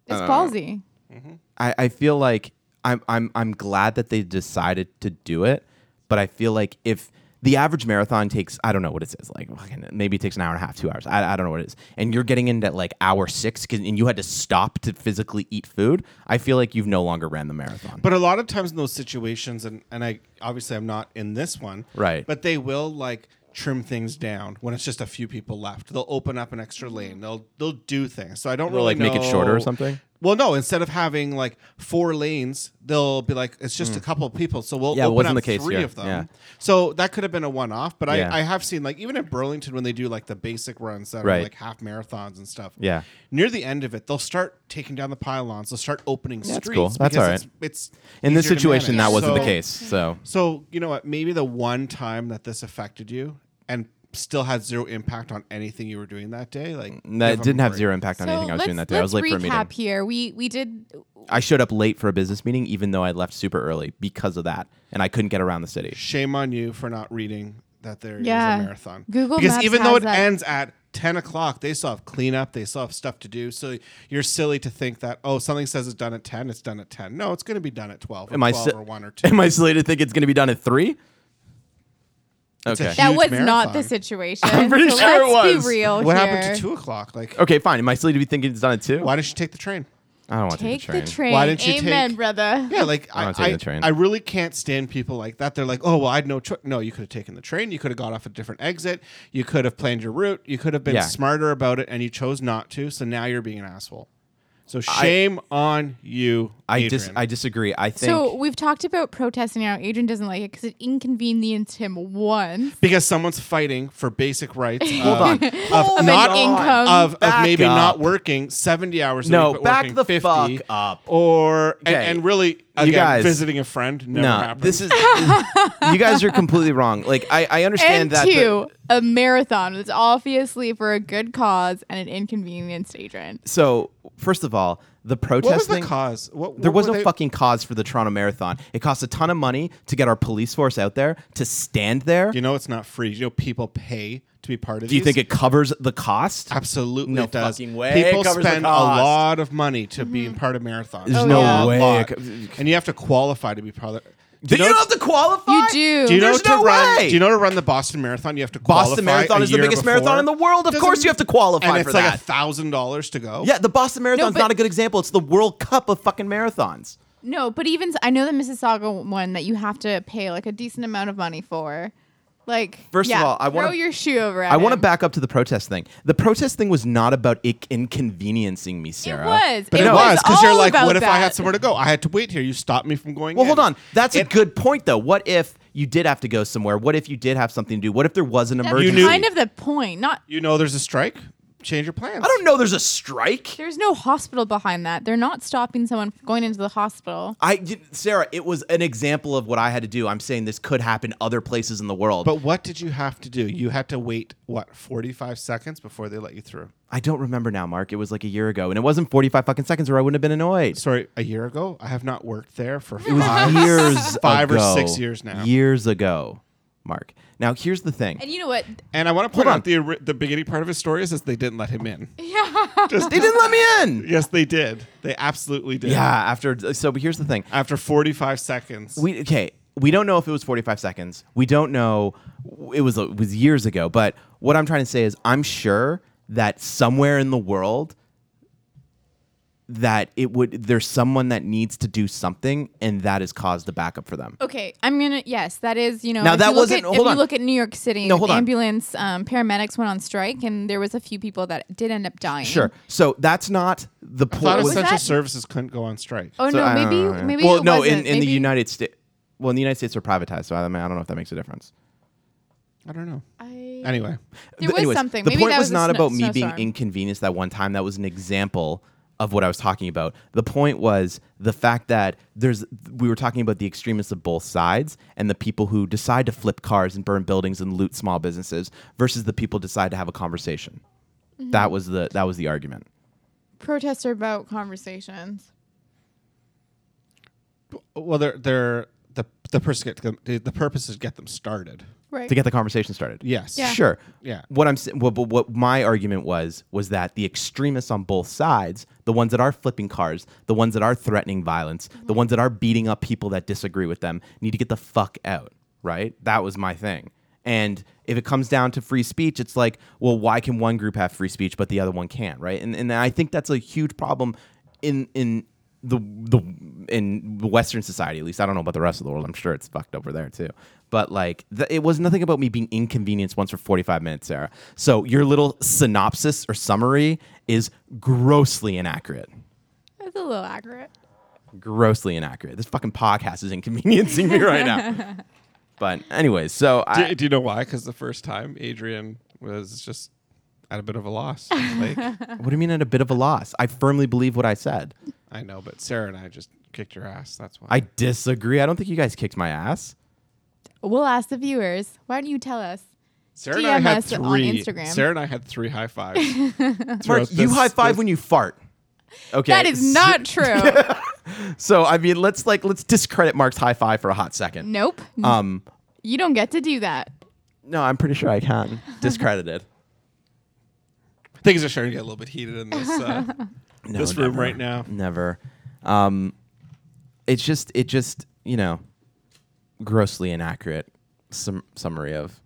Speaker 10: Uh,
Speaker 11: It's ballsy.
Speaker 9: I, I feel like I'm I'm I'm glad that they decided to do it, but I feel like if the average marathon takes I don't know what it says like fucking- maybe it takes an hour and a half two hours I, I don't know what it is and you're getting into like hour six 'cause- and you had to stop to physically eat food I feel like you've no longer ran the marathon
Speaker 10: But a lot of times in those situations, and, and I obviously I'm not in this one,
Speaker 9: Right.
Speaker 10: But they will like trim things down when it's
Speaker 9: Mm-hmm.
Speaker 10: just a few people left. They'll open up an extra lane. They'll they'll do things. So I don't
Speaker 9: Or,
Speaker 10: really
Speaker 9: like, make it
Speaker 10: know-
Speaker 9: shorter or something?
Speaker 10: Well, no. Instead of having like four lanes, they'll be like it's just a couple of people. So we'll
Speaker 9: Yeah, it
Speaker 10: open
Speaker 9: wasn't
Speaker 10: up
Speaker 9: the case
Speaker 10: three
Speaker 9: here.
Speaker 10: of them.
Speaker 9: Yeah.
Speaker 10: So that could have been a one-off. But
Speaker 9: Yeah.
Speaker 10: I, I have seen like even at Burlington when they do like the basic runs that are
Speaker 9: Right.
Speaker 10: like half marathons and stuff.
Speaker 9: Yeah.
Speaker 10: Near the end of it, they'll start taking down the pylons. They'll start opening
Speaker 9: That's
Speaker 10: streets.
Speaker 9: cool. That's
Speaker 10: because
Speaker 9: all right.
Speaker 10: It's, it's
Speaker 9: In this
Speaker 10: easier to
Speaker 9: situation,
Speaker 10: manage.
Speaker 9: that wasn't the
Speaker 10: So-
Speaker 9: case. So
Speaker 10: so you know what? Maybe the one time that this affected you and still had zero impact on anything you were doing that day, like give 'em
Speaker 9: that didn't
Speaker 10: a
Speaker 9: have
Speaker 10: break.
Speaker 9: zero impact on
Speaker 11: So
Speaker 9: anything I was
Speaker 11: let's-
Speaker 9: doing that day. I
Speaker 11: let's
Speaker 9: was late for a meeting.
Speaker 11: recap here. We we did.
Speaker 9: I showed up late for a business meeting, even though I left super early because of that, and I couldn't get around the city.
Speaker 10: Shame on you for not reading that there is
Speaker 11: Yeah.
Speaker 10: a marathon.
Speaker 11: Google
Speaker 10: because
Speaker 11: Maps
Speaker 10: even though
Speaker 11: has
Speaker 10: it
Speaker 11: that.
Speaker 10: ends at ten o'clock, they still have cleanup. They still have stuff to do. So you're silly to think that oh, something says it's done at ten. It's done at ten. No, it's going to be done at twelve. Or
Speaker 9: Am I
Speaker 10: twelve
Speaker 9: si-
Speaker 10: or one or two?
Speaker 9: Am I slated to think it's going to be done at three?
Speaker 10: It's a
Speaker 9: Okay.
Speaker 10: huge
Speaker 11: That was not
Speaker 10: marathon.
Speaker 11: the situation.
Speaker 9: I'm pretty
Speaker 11: So
Speaker 9: sure it
Speaker 11: let's
Speaker 9: was.
Speaker 11: Be real
Speaker 10: What
Speaker 11: here.
Speaker 10: happened to two o'clock? Like,
Speaker 9: Okay, fine. Am I slated to be thinking it's done at two?
Speaker 10: why didn't you take the train?
Speaker 9: I don't want to
Speaker 11: Take
Speaker 9: take the train.
Speaker 11: the train.
Speaker 10: Why didn't you
Speaker 11: Amen,
Speaker 10: take-
Speaker 11: brother.
Speaker 10: Yeah, like I,
Speaker 9: not
Speaker 10: I,
Speaker 9: taking the train.
Speaker 10: I really can't stand people like that. They're like, oh well, I had no choice. No, you could have taken the train. You could have got off a different exit. You could have planned your route. You could have been
Speaker 9: Yeah.
Speaker 10: smarter about it, and you chose not to. So now you're being an asshole. So shame on you.
Speaker 9: I
Speaker 10: Adrian.
Speaker 9: dis- I disagree. I think
Speaker 11: So we've talked about protesting now. Adrian doesn't like it because it inconvenienced him once.
Speaker 10: because someone's fighting for basic rights. of,
Speaker 9: on.
Speaker 10: of
Speaker 11: an
Speaker 10: not
Speaker 11: income.
Speaker 10: of, of
Speaker 9: Back
Speaker 10: maybe not
Speaker 9: up.
Speaker 10: working seventy hours. A
Speaker 9: No,
Speaker 10: week, but
Speaker 9: back
Speaker 10: working
Speaker 9: the
Speaker 10: 50,
Speaker 9: fuck up.
Speaker 10: Or and,
Speaker 9: Okay.
Speaker 10: and really, again,
Speaker 9: guys-
Speaker 10: visiting a friend never
Speaker 9: no.
Speaker 10: happened.
Speaker 9: This is you guys are completely wrong. Like I, I
Speaker 11: And
Speaker 9: understand that. the-
Speaker 11: two, a marathon was obviously for a good cause and it inconvenienced Adrian.
Speaker 9: so first of all, the protesting.
Speaker 10: what was the cause? What,
Speaker 9: There
Speaker 10: what
Speaker 9: was
Speaker 10: were
Speaker 9: no
Speaker 10: they-
Speaker 9: fucking cause for the Toronto Marathon. It costs a ton of money to get our police force out there to stand there.
Speaker 10: You know, it's not free. You know, people pay to be part of.
Speaker 9: Do you
Speaker 10: these?
Speaker 9: think it covers the cost?
Speaker 10: Absolutely
Speaker 9: No
Speaker 10: it does.
Speaker 9: fucking way
Speaker 10: People
Speaker 9: it covers the
Speaker 10: spend a
Speaker 9: cost.
Speaker 10: lot of money to be in part of marathons.
Speaker 11: Oh,
Speaker 9: There's
Speaker 10: A
Speaker 9: no
Speaker 10: lot.
Speaker 9: way it co-
Speaker 10: and you have to qualify to be part of.
Speaker 9: Do you,
Speaker 10: know-
Speaker 9: don't have to qualify?
Speaker 11: You do.
Speaker 10: Do you know
Speaker 9: There's
Speaker 10: to
Speaker 9: no
Speaker 10: run?
Speaker 9: way.
Speaker 10: Do you know to run the Boston Marathon? You have to qualify.
Speaker 9: Boston Marathon
Speaker 10: a
Speaker 9: is the
Speaker 10: year
Speaker 9: biggest
Speaker 10: before?
Speaker 9: marathon in the world. Of
Speaker 10: Doesn't-
Speaker 9: course you have to qualify
Speaker 10: and it's
Speaker 9: for
Speaker 10: like
Speaker 9: that.
Speaker 10: a thousand dollars to go.
Speaker 9: yeah, the Boston Marathon's
Speaker 11: but-
Speaker 9: not a good example. It's the World Cup of fucking marathons.
Speaker 11: No, but even s- I know the Mississauga one that you have to pay like a decent amount of money for. Like
Speaker 9: First of
Speaker 11: yeah,
Speaker 9: all, I wanna-
Speaker 11: throw your shoe over. At
Speaker 9: I want to
Speaker 11: him.
Speaker 9: back up to the protest thing. The protest thing was not about it inconveniencing me, Sarah.
Speaker 11: was.
Speaker 10: But it,
Speaker 11: It
Speaker 10: was
Speaker 11: was
Speaker 10: because you're
Speaker 11: all
Speaker 10: like,
Speaker 11: about
Speaker 10: what if I
Speaker 11: that.
Speaker 10: had somewhere to go? I had to wait here. You stopped me from going.
Speaker 9: Well,
Speaker 10: in.
Speaker 9: hold on. That's a
Speaker 10: It-
Speaker 9: good point, though. What if you did have to go somewhere? What if you did have something to do? What if there was an
Speaker 11: That's
Speaker 9: emergency?
Speaker 10: knew-
Speaker 11: kind of the point. Not
Speaker 10: You know, there's a strike. Change your plans.
Speaker 9: I don't know. There's a strike.
Speaker 11: there's no hospital behind that. They're not stopping someone from going into the hospital.
Speaker 9: I you- Sarah, it was an example of what I had to do. I'm saying this could happen other places in the world.
Speaker 10: But what did you have to do? You had to wait what 45 seconds before they let you through.
Speaker 9: I don't remember now, Mark. It was like a year ago, and it wasn't 45 fucking seconds, or I wouldn't have been annoyed.
Speaker 10: Sorry, a year ago. I have not worked there for
Speaker 9: It was
Speaker 10: five,
Speaker 9: years,
Speaker 10: five or
Speaker 9: ago.
Speaker 10: six years now.
Speaker 9: Years ago, Mark. Now here's the thing.
Speaker 11: And you know what?
Speaker 10: And I want to point
Speaker 9: Hold
Speaker 10: out the ori- the beginning part of his story is that they didn't let him in.
Speaker 9: They didn't let me in.
Speaker 10: yes, they did. They absolutely did.
Speaker 9: Yeah. After so, but here's the thing.
Speaker 10: After 45 seconds.
Speaker 9: We okay. We don't know if it was 45 seconds. We don't know. It was it was years ago. But what I'm trying to say is, I'm sure that somewhere in the world that it would there's someone that needs to do something, and that has caused the backup for them.
Speaker 11: Okay, I'm gonna. Yes, that is. You know,
Speaker 9: Now
Speaker 11: if
Speaker 9: that
Speaker 11: you look
Speaker 9: wasn't-
Speaker 11: At,
Speaker 9: hold
Speaker 11: if
Speaker 9: on.
Speaker 11: you look at New York City,
Speaker 9: No, hold on.
Speaker 11: ambulance um, paramedics went on strike, and there was a few people that did end up dying.
Speaker 9: Sure. So that's not the
Speaker 10: I thought
Speaker 9: point.
Speaker 11: was
Speaker 10: essential
Speaker 11: that-
Speaker 10: services couldn't go on strike.
Speaker 11: Oh
Speaker 9: So,
Speaker 11: no,
Speaker 9: I don't
Speaker 11: maybe
Speaker 9: know, yeah.
Speaker 11: maybe.
Speaker 9: well,
Speaker 11: it
Speaker 9: no,
Speaker 11: wasn't.
Speaker 9: in, in the
Speaker 11: Maybe-
Speaker 9: United States, well, in the United States are privatized, so I, mean, I don't know if that makes a difference.
Speaker 10: I don't know.
Speaker 11: I-
Speaker 10: Anyway,
Speaker 11: There
Speaker 9: Th-
Speaker 11: was
Speaker 9: anyways,
Speaker 11: something.
Speaker 9: The
Speaker 11: Maybe
Speaker 9: point
Speaker 11: that
Speaker 9: was,
Speaker 11: was a
Speaker 9: not
Speaker 11: sno-
Speaker 9: about me being
Speaker 11: snowstorm.
Speaker 9: inconvenienced that one time. That was an example of what I was talking about. The point was the fact that there's we were talking about the extremists of both sides and the people who decide to flip cars and burn buildings and loot small businesses versus the people who decide to have a conversation.
Speaker 11: Mm-hmm.
Speaker 9: That was the that was the argument.
Speaker 11: protests are about conversations.
Speaker 10: well, they're they're the the purpose get them, the, the purpose is to get them started.
Speaker 11: Right.
Speaker 9: to get the conversation started.
Speaker 10: Yes. Yeah.
Speaker 9: Sure.
Speaker 10: Yeah.
Speaker 9: What I'm sa- what, what, what my argument was was that the extremists on both sides, the ones that are flipping cars, the ones that are threatening violence, the ones that are beating up people that disagree with them, need to get the fuck out, right? That was my thing. And if it comes down to free speech, it's like, well, why can one group have free speech but the other one can't, right? And and I think that's a huge problem in in the the in Western society at least. I don't know about the rest of the world. I'm sure it's fucked over there too. But like, th- it was nothing about me being inconvenienced once for 45 minutes, Sarah. So your little synopsis or summary is grossly inaccurate.
Speaker 11: That's a little accurate.
Speaker 9: Grossly inaccurate. This fucking podcast is inconveniencing me right now. But anyways, so
Speaker 10: Do,
Speaker 9: I,
Speaker 10: do you know why? Because the first time Adrian was just at a bit of a loss. Like,
Speaker 9: what do you mean at a bit of a loss? I firmly believe what I said.
Speaker 10: I know, but Sarah and I just kicked your ass. That's why.
Speaker 9: I disagree. I don't think you guys kicked my ass.
Speaker 11: We'll ask the viewers. Why don't you tell us?
Speaker 10: Sarah and I had
Speaker 11: DMS on
Speaker 10: three.
Speaker 11: Instagram.
Speaker 10: Sarah and I had three high fives.
Speaker 9: Mark,
Speaker 10: throughout
Speaker 9: you
Speaker 10: this-
Speaker 9: high five
Speaker 10: this-
Speaker 9: when you fart. Okay.
Speaker 11: That is
Speaker 9: so-
Speaker 11: not true.
Speaker 9: So I mean, let's like let's discredit Mark's high five for a hot second.
Speaker 11: nope.
Speaker 9: Um,
Speaker 11: you don't get to do that.
Speaker 9: no, I'm pretty sure I can discredit it.
Speaker 10: Things are starting to get a little bit heated in this. Uh,
Speaker 9: No,
Speaker 10: This room right now.
Speaker 9: Never. Um, it's just it just you know, grossly inaccurate sum- summary of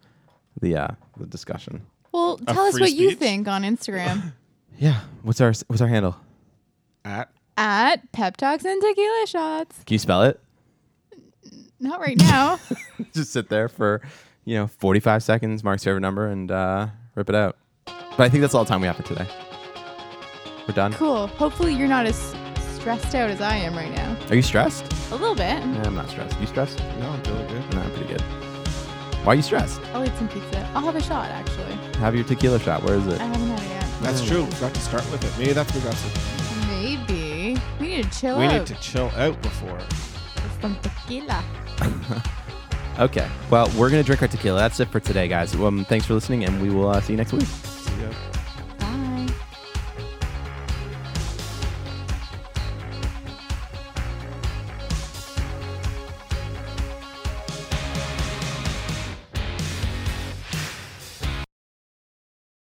Speaker 9: the uh, the discussion.
Speaker 11: Well, tell us
Speaker 10: free
Speaker 11: what you
Speaker 10: speech?
Speaker 11: think on Instagram
Speaker 9: Yeah. What's our what's our handle?
Speaker 10: at
Speaker 11: at Pep Talks and Tequila Shots.
Speaker 9: Can you spell it?
Speaker 11: Not right now.
Speaker 9: just sit there for you know 45 seconds mark's favorite number and uh, rip it out but i think that's all the time we have for today we're done
Speaker 11: cool. Hopefully, you're not as stressed out as I am right now.
Speaker 9: are you stressed
Speaker 11: A little bit.
Speaker 9: yeah, Eh, i'm not stressed you stressed
Speaker 10: no, I'm feeling good.
Speaker 9: no i'm pretty good why are you stressed
Speaker 11: I'll eat some pizza. I'll have a shot, actually.
Speaker 9: have your tequila shot where is it
Speaker 11: I haven't had it
Speaker 10: That's true. We got to start with it. Maybe that's what that's.
Speaker 11: yet. Maybe. We need to chill
Speaker 10: We
Speaker 11: out.
Speaker 10: need to chill out before.
Speaker 11: With some tequila.
Speaker 9: okay well we're gonna drink our tequila that's it for today guys um, thanks for listening and we will uh, see you next week